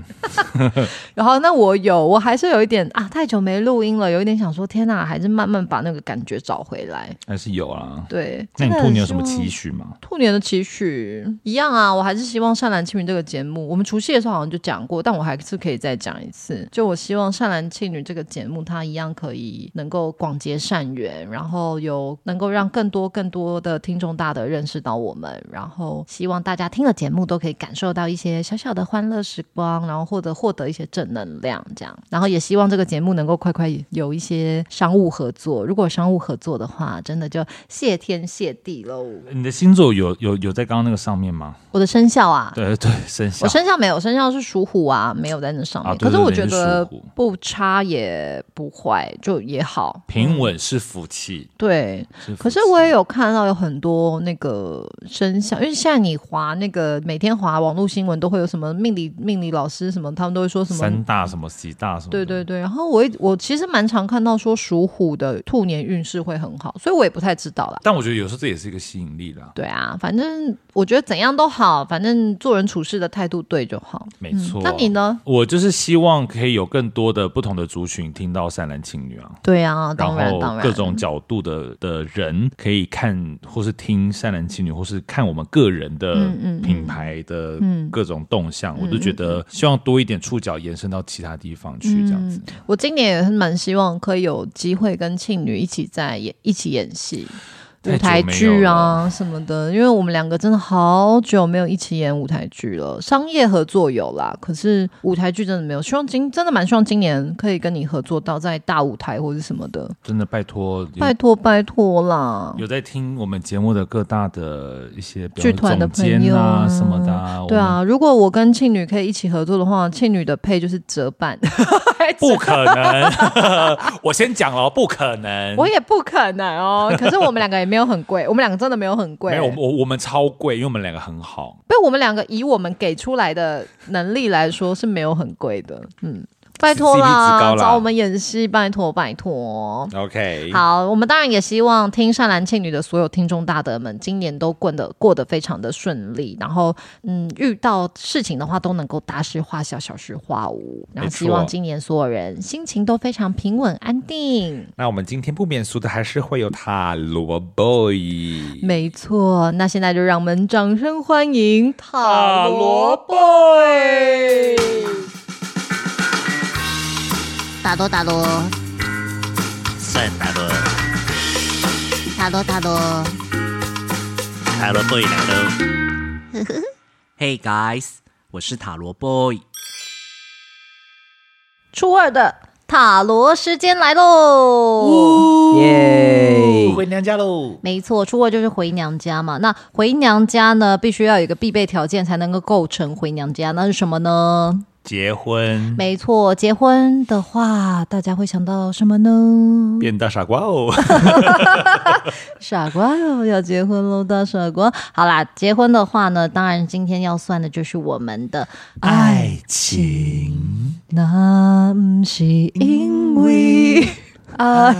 B: 然后那我有，我还是有一点啊，太久没录音了，有一点想说，天哪，还是慢慢把那个感觉找回来。
D: 还是有啊。
B: 对，
D: 那
B: 真
D: 你
B: 的
D: 兔
B: 很
D: 年有什么
B: 希望
D: 期许吗？
B: 兔年的期许一样啊，我还是希望《善男信女》这个节目，我们除夕的时候好像就讲过，但我还是可以再讲一次。就我希望《善男信女》这个节目，它一样可以能够广结善缘，然后有能够让更多更多的听众大德认识到我们，然后希望大家听了节目都可以感受到一些小小的欢乐时光，然后获得获得一些正能量，这样。然后也希望这个节目能够快快有一些商务合作，如果有商务合作的话，真的就谢天谢地喽。
D: 你的星座有有有在刚刚那个上面吗？
B: 我的生肖啊，
D: 对对，生肖
B: 我。生肖没有，生肖是属虎啊，没有在那上面。
D: 啊对
B: 可是我
D: 对
B: 觉
D: 对
B: 得
D: 你是属虎
B: 不差也不坏，就也好。
D: 平稳是福气，
B: 对，
D: 是福气
B: 可是我也有看到有很多那个生肖，因为现在你划那个每天划网络新闻都会有什么命理命理老师什么，他们都会说什么
D: 三大什么几大什么的，
B: 对对对，然后我也我其实蛮常看到说属虎的兔年运势会很好，所以我也不太知道啦。
D: 但我觉得有时候这也是一个吸引力啦，
B: 对啊，反正我觉得怎样都好，反正做人处事的态度对就好。
D: 没错。
B: 嗯那你？呢？
D: 我就是希望可以有更多的不同的族群听到善男信女啊，
B: 对啊，
D: 然
B: 当然当
D: 后
B: 然，
D: 各种角度的的人可以看或是听善男信女，或是看我们个人的
B: 嗯嗯嗯
D: 品牌的
B: 嗯
D: 各种动向，我就觉得希望多一点触角延伸到其他地方去，这样子。
B: 我今年也是蛮希望可以有机会跟庆女一起在演一起演戏。
D: 太
B: 舞
D: 久
B: 台剧
D: 没有
B: 啊什么的，因为我们两个真的好久没有一起演舞台剧了。商业合作有啦，可是舞台剧真的没有。希望今真的蛮希望今年可以跟你合作到在大舞台或者什么的，
D: 真的拜托，有
B: 拜托拜托啦！
D: 有在听我们节目的各大的一些比如
B: 剧团的
D: 总监
B: 朋友啊
D: 啊什么的、啊，
B: 对
D: 我们
B: 啊，如果我跟庆女可以一起合作的话，庆女的配就是折半，
D: 不可能， 我先讲了，不可能。
B: 我也不可能 哦。可是我们两个也没有很贵，我们两个真的没有很贵，
D: 没有，我我们超贵，因为我们两个很好。
B: 被我们两个以我们给出来的能力来说是没有很贵的，嗯。拜托
D: CP 值高
B: 啦，
D: 啦哎
B: 找我们演戏，拜托拜托。
D: OK，，
B: 好，我们当然也希望听善男信女的所有听众大德们，今年都过得过得非常的顺利，然后嗯，遇到事情的话都能够大事化小，小事化无，然后希望
D: 没错
B: 今年所有人心情都非常平稳安定。
D: 那我们今天不免俗的还是会有塔罗 boy，
B: 没错，那现在就让我们掌声欢迎塔罗。
D: boy，
C: 打多打多，
G: 算塔罗，
C: 打多打多。
G: 塔罗 boy 来喽。hey guys，我是塔罗 boy。
B: 初二的塔罗时间来喽。
G: 耶，回娘家喽！
B: 没错，初二就是回娘家嘛。那回娘家呢，必须要有一个必备条件才能够构成回娘家，那是什么呢？
D: 结婚
B: 没错，结婚的话，大家会想到什么呢？
D: 变大傻瓜哦，
B: 傻瓜哟，要结婚喽，大傻瓜！好啦，结婚的话呢，当然今天要算的就是我们的哎
D: 爱情。
B: 那不是因 为爱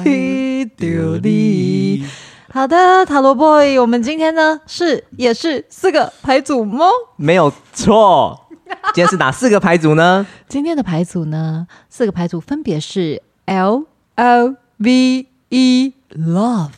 B: 着你。好的，塔罗 boy，我们今天呢是也是四个牌组吗？
H: 没有错。今天是哪四个牌 组呢？
B: 今天的牌组呢，四个牌组分别是 L O V E Love，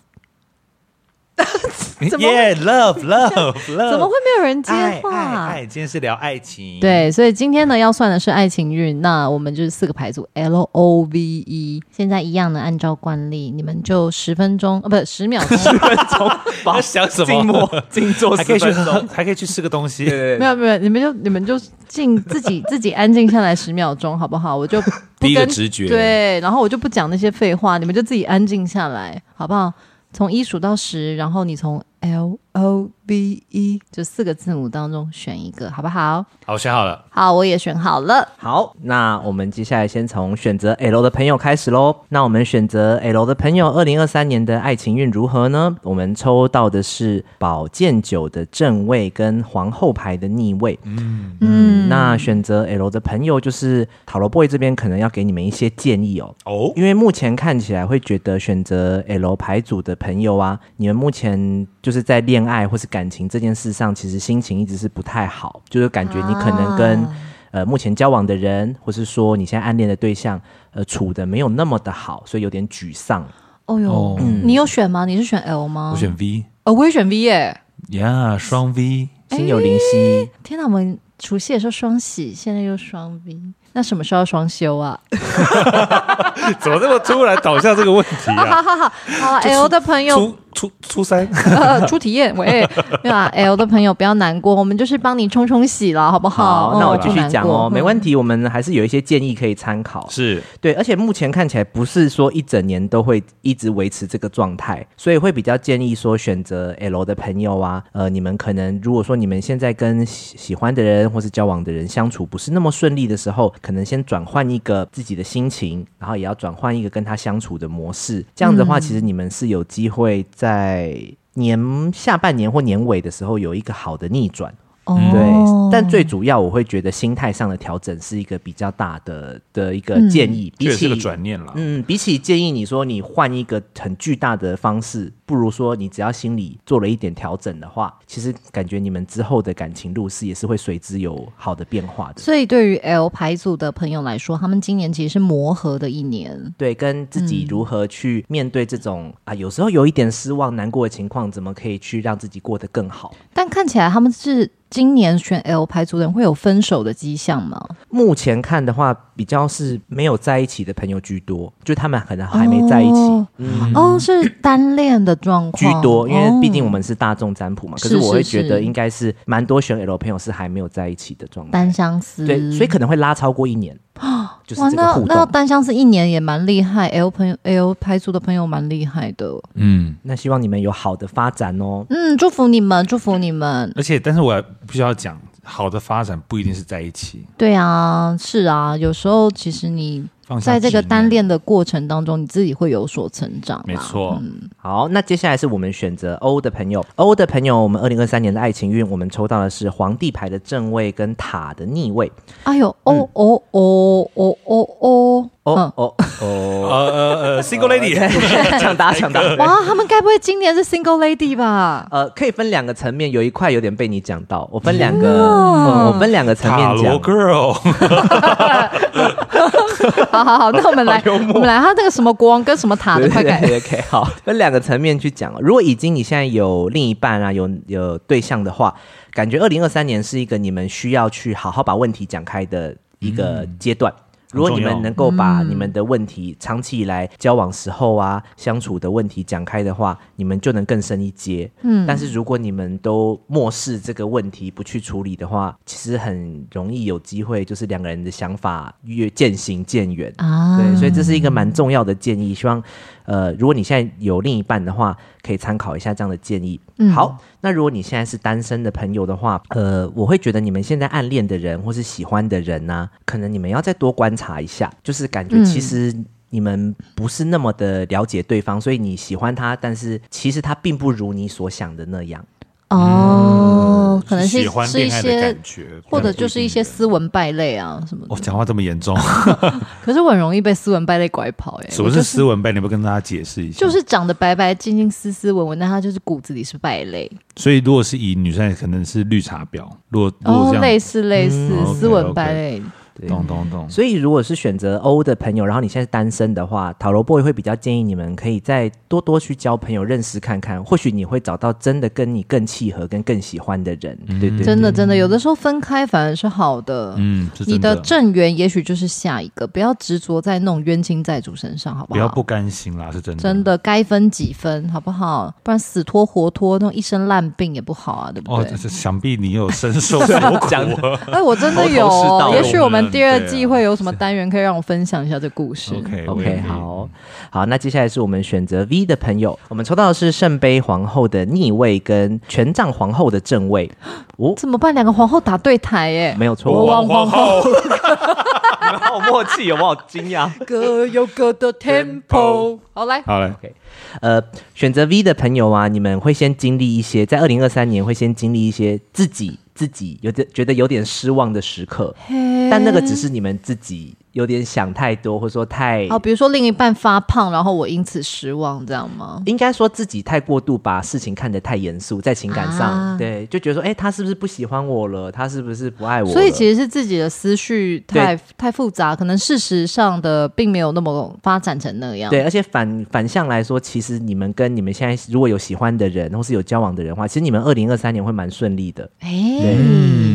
B: 怎么会
D: Yeah, love, love, love。
B: 怎么会没有人接
D: 爱爱
B: 话？
D: 爱，今天是聊爱情。，
B: 对，所以今天呢要算的是爱情运，那我们就是四个牌组 L O V E。现在一样呢，按照惯例，你们就十分钟，呃，不，十秒钟，
D: 要想什
H: 静
D: 么？
H: 默静坐
D: 还
H: 十
D: 可以去
H: 分
D: 喝
H: 钟。，
D: 还可以去吃个东
H: 对
D: 西。
H: 对
B: 没
H: 对，
B: 有没有，你们就你们就静自 己自己安静下来十秒钟，好不好？我就 不
D: 第一个
B: 跟
D: 直觉
B: 对，然后我就不讲那些废话，你们就自己安静下来，好不好？从一数到十，然后你从 L O V E 就四个字母当中选一个，好不好？
D: 好，我选好了。
B: 好，我也选好了。
H: 好，那我们接下来先从选择 L 的朋友开始喽。那我们选择 L 的朋友，二零二三年的爱情运如何呢？我们抽到的是宝剑九的正位跟皇后牌的逆位。嗯，那选择 L 的朋友，就是塔罗 boy 这边可能要给你们一些建议哦。
D: 哦，
H: 因为目前看起来会觉得选择 L 牌组的朋友啊，你们目前就是在恋爱或是感情这件事上，其实心情一直是不太好，就是感觉你可能跟、呃目前交往的人，或是说你现在暗恋的对象，呃处的没有那么的好，所以有点沮丧。
B: 哦哟，你有选吗？你是选 L 吗？
D: 我选 V
B: 哦，我也选 V 耶、
D: 呀，双 V。
H: 心有灵犀，
B: 天哪，我们除夕的时候双喜，现在又双 V，那什么时候要双休啊？
D: 怎么这么突然导向这个问题
B: 哈
D: 啊？
B: 哈哈，好啊，L 的朋友
D: 初初初 三，
B: 呃，初体验， 喂，对吧？L 的朋友不要难过，我们就是帮你冲冲喜了，好不好？
H: 那
B: 哦
H: 我继续讲哦，没问题，我们还是有一些建议可以参考。
D: 是
H: 对，而且目前看起来不是说一整年都会一直维持这个状态，所以会比较建议说选择 L 的朋友啊，呃，你们可能如果说你们现在跟喜喜欢的人或是交往的人相处不是那么顺利的时候，可能先转换一个自己的心情，然后也要转换一个跟他相处的模式，这样子的话，其实你们是有机会在。年下半年或年尾的时候有一个好的逆转，
B: 哦
H: 嗯对，但最主要我会觉得心态上的调整是一个比较大的的一
B: 嗯
H: 个建议，比
D: 这也
H: 起
D: 是个转念了。
H: 嗯，比起建议你说你换一个很巨大的方式，不如说你只要心里做了一点调整的话，其实感觉你们之后的感情路是也是会随之有好的变化的。
B: 所以对于 L 牌组的朋友来说，他们今年其实是磨合的一年。
H: 对，跟自己
B: 嗯
H: 如何去面对这种、啊，有时候有一点失望、难过的情况，怎么可以去让自己过得更好？
B: 但看起来他们是今年选 L 牌组的人会有分手的迹象吗？
H: 目前看的话，比较是没有在一起的朋友居多，就他们可能还没在一起。嗯
B: 哦哦，是单恋的状
H: 居
B: 况
H: 多，因为毕竟
B: 哦
H: 我们是大众占卜嘛。可
B: 是
H: 是我会
B: 是
H: 觉得
B: 是
H: 应该是蛮多选 L 朋友是还没有在一起的状态，
B: 单相思，
H: 对，所以可能会拉超过一年，就
B: 嗯
H: 是
B: 哦哇，
H: 这个
B: 那
H: 互
B: 那
H: 动。
B: 单相思一年也蛮厉害，L 朋友 L 牌组的朋友蛮厉害的。
D: 嗯，
H: 那希望你们有好的发展哦。
B: 嗯，祝福你们，祝福你们。
D: 而且但是我必须要讲，好的发展不一定是在一起。
B: 对啊，是啊，有时候其实你
D: 放下
B: 在这个
D: 执念
B: 单，恋的过程当中，你自己会有所成长啦。啊
D: 没错，
H: 好，那接下来是我们选择 O 的朋友，O 的朋友，我们二零二三年的爱情运，我们抽到的是皇帝牌的正位跟塔的逆位。
B: 哎呦，哦哦哦哦哦哦，
H: 哦
B: 嗯，
H: 哦
A: 呃
H: 哦，
A: 呃 呃，single lady，
H: 抢答抢答。
B: 哇，他们该不会今年是 single lady 吧？
H: 呃，可以分两个层面，有一块有点被你讲到，我分两个，嗯我分两个层
A: 塔罗
H: 面讲。
A: girl，
B: 好好好，那我们来，
A: 幽默
B: 我们来，他那个什么国王跟什么塔的，
H: 对
B: 快
H: 对对
B: 改。
H: 对，OK，好，分两个层面去讲哦。如果已经你现在有另一半啊，有有对象的话，感觉二零二三年是一个你们需要去好好把问题讲开的一个阶段。如果你
A: 嗯很重
H: 们
A: 要
H: 能够把
B: 嗯
H: 你们的问题长期以来交往时候啊、相处的问题讲开的话，你们就能更深一阶。嗯，但是如果你们都漠视这个问题不去处理的话，其实很容易有机会就是两个人的想法越渐行渐远
B: 啊
H: 对，所以这是一个蛮重要的建议，希望呃，如果你现在有另一半的话，可以参考一下这样的建议。好，那如果你现在是单身的朋友的话，呃，我会觉得你们现在暗恋的人或是喜欢的人呢、啊可能你们要再多观察一下，就是感觉其实。你们不是那么的了解对方，所以你喜欢他，但是其实他并不如你所想的那样。
B: 哦，可能是
D: 喜欢
B: 是一
D: 恋爱的
B: 些
D: 感，觉，
B: 或者就是一些斯文败类啊什么的。
A: 我哦讲话这么严重，
B: 可是我很容易被斯文败类拐跑哎。
A: 什么
B: 我就是
A: 斯文败？你们跟大家解释一下。
B: 就，是长得白白净净、斯斯文文，但他就是骨子里是败类。
A: 所以如果是以女生来，可能是绿茶婊。如果如
B: 哦
A: 果，这
B: 类
A: 样，
B: 似类似，
A: 嗯
B: 斯
A: OK，
B: 文
A: OK
B: 败类。
A: 懂懂懂。
H: 所以，如果是选择 O 的朋友，然后你现在是单身的话，塔罗 boy 会比较建议你们可以再多多去交朋友，认识看看，或许你会找到真的跟你更契合、跟更喜欢的人。嗯对对
B: 真的真的，有的时候分开反而是好的。
A: 嗯，是
B: 你
A: 真
B: 的正缘也许就是下一个，不要执着在那种冤亲债主身上，好不
A: 不
B: 好？
A: 要不甘心啦，是真的。
B: 真。的该分几分，好不好？不然死拖活拖，那种一身烂病也不好啊，对不
A: 哦，
B: 对
A: 这？这想必你有深受所苦。
B: 哎，我真的
H: 头头
B: 有
H: 是
B: 哦，
H: 道
B: 也许我
A: 我
B: 们
A: 们
B: 第二
A: 对啊
B: 季会有什么单元可以让我分享一下这故事。
A: OK 我也
H: OK，
A: 没
H: 好好，那接下来是我们选择 V 的朋友，我们抽到的是圣杯皇后的逆位跟权杖皇后的正位，哦，
B: 怎么办？两个皇后打对台欸耶，
H: 没有
B: 国
H: 错，哦
B: 王皇后
H: 好默契，有没有惊讶？
B: 各有各的 tempo。好来，
A: 好 嘞，
H: 呃，选择 V 的朋友啊，你们会先经历一些，在二零二三年会先经历一些自己自己有点觉得有点失望的时刻，但那个只是你们自己有点想太多，或者说太。
B: 好，比如说另一半发胖，然后我因此失望，这样吗？
H: 应该说自己太过度把事情看得太严肃，在情感上，
B: 啊
H: 对，就觉得说，哎、他是不是不喜欢我了？他是不是不爱我了？
B: 所以其实是自己的思绪太太复杂，可能事实上的并没有那么发展成那样。
H: 对，，而且反反向来说，其实你们跟你们现在如果有喜欢的人，或是有交往的人的话，其实你们二零二三年会蛮顺利的。对、
B: 哎，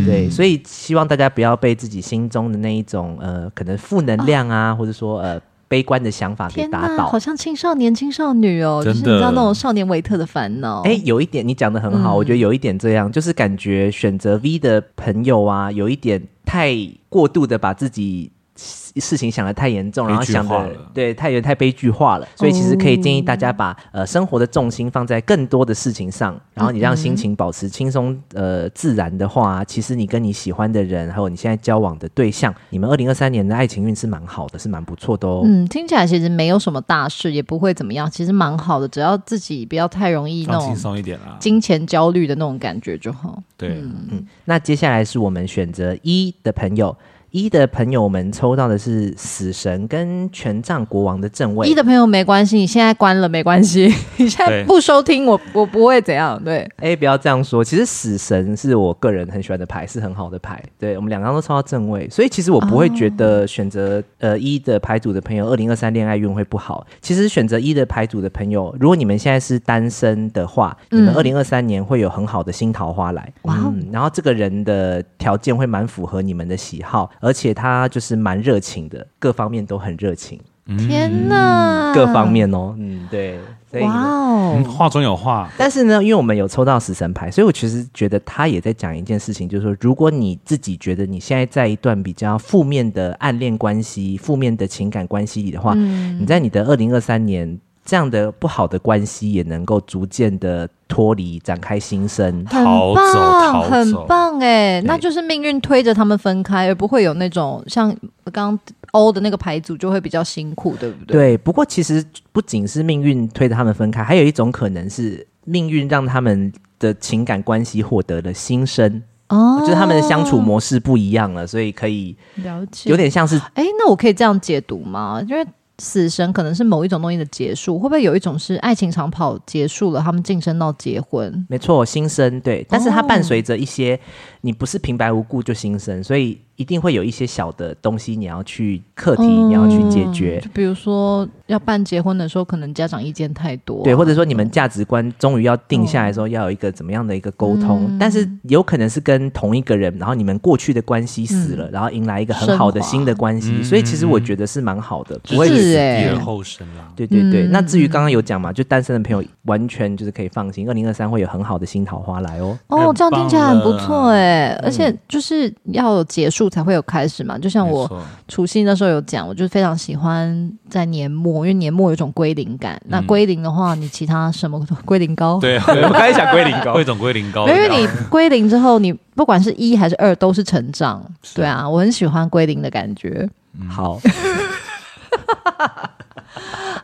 H: 对，所以希望大家不要被自己心中的那一种呃，可能负能量啊，或者说呃悲观的想法给
B: 天
H: 打
B: 哪，
H: 倒
B: 好。像青少年、青少女哦，就是
D: 真
B: 你
D: 的
B: 知道那种少年维特的烦恼。
H: 哎，有一点你讲的很好，我觉得有一点这样，就是感觉选择 V 的朋友啊，有一点太过度的把自己。事情想的太严重，然后
D: 悲剧化
H: 想的
D: 了
H: 对太严太悲剧化了，所以其实可以建议大家把、呃生活的重心放在更多的事情上，然后你让心情保持轻松呃自然的话，其实你跟你喜欢的人，还有你现在交往的对象，你们二零二三年的爱情运是蛮好的，是蛮不错的哦。
B: 嗯，听起来其实没有什么大事，也不会怎么样，其实蛮好的，只要自己不要太容易那
D: 放轻
B: 种
D: 松一点啦。
B: 金钱焦虑的那种感觉就好。
D: 对，
B: 嗯
H: 嗯那接下来是我们选择一的朋友，一的朋友们抽到的是死神跟权杖国王的正位。
B: 一的朋友没关系，你现在关了没关系， 你现在
D: 对
B: 不收听我，我不会怎样。对，
H: 哎，不要这样说。其实死神是我个人很喜欢的牌，是很好的牌。对我们两张都抽到正位，所以其实我不会觉
B: 哦
H: 得选择、呃一的牌组的朋友，二零二三恋爱运会不好。其实选择一的牌组的朋友，如果你们现在是单身的话，你们二零二三年会有很好的新桃花来。
B: 嗯哇哦
H: 嗯然后这个人的条件会蛮符合你们的喜好，而且他就是蛮热情的，各方面都很热情，
B: 天哪，
H: 嗯各方面哦。嗯，对。所以你
B: 哇
H: 们
B: 哦
D: 嗯，话中有话，
H: 但是呢，因为我们有抽到死神牌，所以我其实觉得他也在讲一件事情，就是说，如果你自己觉得你现在在一段比较负嗯
B: 嗯
H: 面的暗恋关系、负面的情感关系里的话，你在你的二零二三年。这样的不好的关系也能够逐渐的脱离，展开新生。
B: 很
D: 逃走逃
B: 棒，
D: 走
B: 很棒哎，那就是命运推着他们分开，而不会有那种像刚刚欧的那个牌组就会比较辛苦，对不对？
H: 对，不过其实不仅是命运推着他们分开，还有一种可能是命运让他们的情感关系获得了新生，
B: 哦
H: 就是他们的相处模式不一样了，所以可以
B: 了解，
H: 有点像是
B: 哎，那我可以这样解读吗？因为死神可能是某一种东西的结束，会不会有一种是爱情长跑结束了，他们晋升到结婚？
H: 没错，新生对，但是它伴随着一些，你不是平白无故就新生，所以一定会有一些小的东西你要去课题，你要去解决。
B: 嗯就比如说要办结婚的时候，可能家长意见太多啊、
H: 对，或者说你们价值观终于要定下来的时候，要有一个怎么样的一个沟通？但是
B: 嗯
H: 有可能是跟同一个人，然后你们过去的关系死了，然后迎来一个很好的
B: 嗯升华嗯
H: 新的关系，所以其实我觉得是蛮好的，不会
B: 是
D: 第
B: 哎、
D: 二后生啦。
H: 对对对，
B: 嗯
H: 那至于刚刚有讲嘛，就单身的朋友完全就是可以放心，二零二三会有很好的新桃花来哦。
B: 哦，这样
D: 太棒
B: 听起来很不
D: 了嗯
B: 错哎、而且就是要有结束才会有开始嘛。就像我
D: 没错
B: 除夕那时候有讲，我就非常喜欢在年末，因为年末有一种归零感。那归零的话，你其他什么 归零高，
D: 嗯对哦啊，
H: 我刚才讲龟苓 膏
D: 汇，总归零高
B: 哦没
D: 的
B: 有
D: 啦，
B: 因为你归零之后，你不管是一还是二都是成长。对啊，我很喜欢归零的感觉。
H: 好。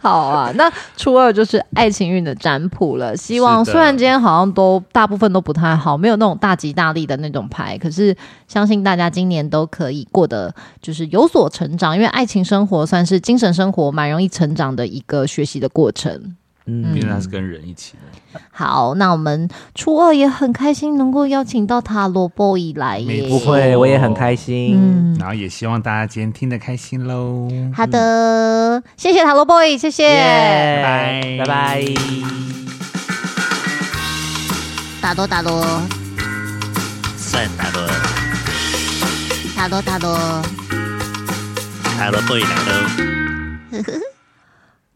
B: 好啊，那初二就是爱情运的占卜了。希望
D: 是的
B: 虽然今天好像都大部分都不太好，没有那种大吉大利的那种牌，可是相信大家今年都可以过得就是有所成长，因为爱情生活算是精神生活蛮容易成长的一个学习的过程。
D: 毕
B: 嗯
D: 竟他是跟人一起的，
B: 好，那我们初二也很开心能够邀请到塔罗 boy 来耶，
H: 不会，我也很开心。
B: 嗯，
D: 然后也希望大家今天听得开心喽。
B: 好的，谢谢塔罗 boy，谢谢。
H: 耶
D: 拜拜
H: 拜拜。
C: 打罗打罗
G: 算塔罗，
C: 打罗打罗。
G: 塔罗 boy 来喽。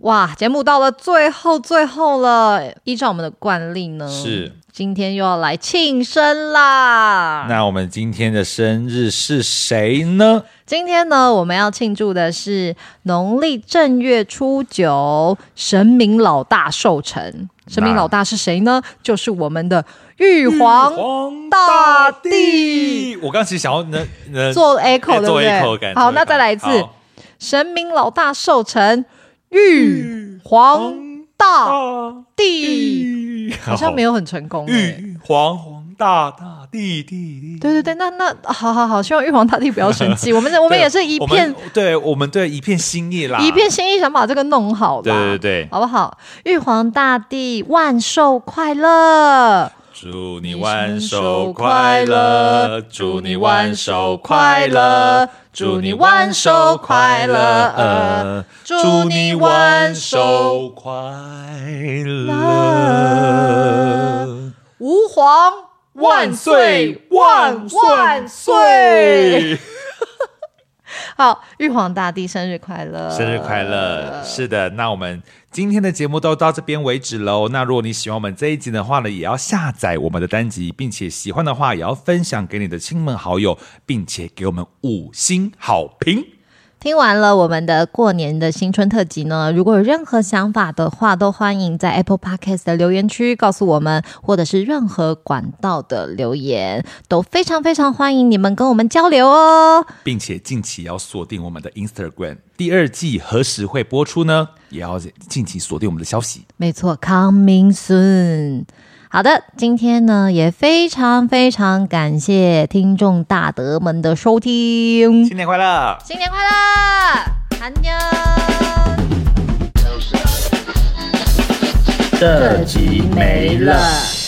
B: 哇，节目到了最后最后了，依照我们的惯例呢，
D: 是
B: 今天又要来庆生啦。
D: 那我们今天的生日是谁呢？
B: 今天呢，我们要庆祝的是农历正月初九，神明老大寿辰。神明
D: 那
B: 老大是谁呢？就是我们的玉皇
D: 嗯
B: 大帝。，
D: 我刚其实想要能能
B: 做 echo 对不
D: 哎做
B: 对
D: echo 感，
B: 好
D: 做 echo
B: 那再来一次
D: 好
B: 神明老大寿辰，玉皇大帝，好像没有很成功、欸。
D: 玉皇皇大大帝帝帝。
B: 对对对，那那好好好，希望玉皇大帝不要生 气。我们我
D: 我
B: 们啊也是一片，
D: 对我们对一片心意啦，
B: 一片心意想把这个弄好啦，
D: 对对对
B: 好不好？玉皇大帝万寿快乐！
D: 祝你万寿快乐，祝你万寿快乐，祝你万寿快乐，呃祝你万寿快乐，
B: 吾皇万岁万万岁！！好，玉皇大帝生日快乐！
D: 生日快乐！是的，那我们今天的节目都到这边为止喽。那如果你喜欢我们这一集的话呢，也要下载我们的单集，并且喜欢的话，也要分享给你的亲朋好友，并且给我们五星好评。
B: 听完了我们的过年的新春特辑呢，如果有任何想法的话，都欢迎在 Apple Podcast 的留言区告诉我们，或者是任何管道的留言，都非常非常欢迎你们跟我们交流哦。
D: 并且近期要锁定我们的 Instagram，第二季何时会播出呢？也要近期锁定我们的消息。
B: 没错，Coming soon。好的，今天呢也非常非常感谢听众大德们的收听，
D: 新年快乐！
B: 新年快乐，安妞。
I: 这集没了。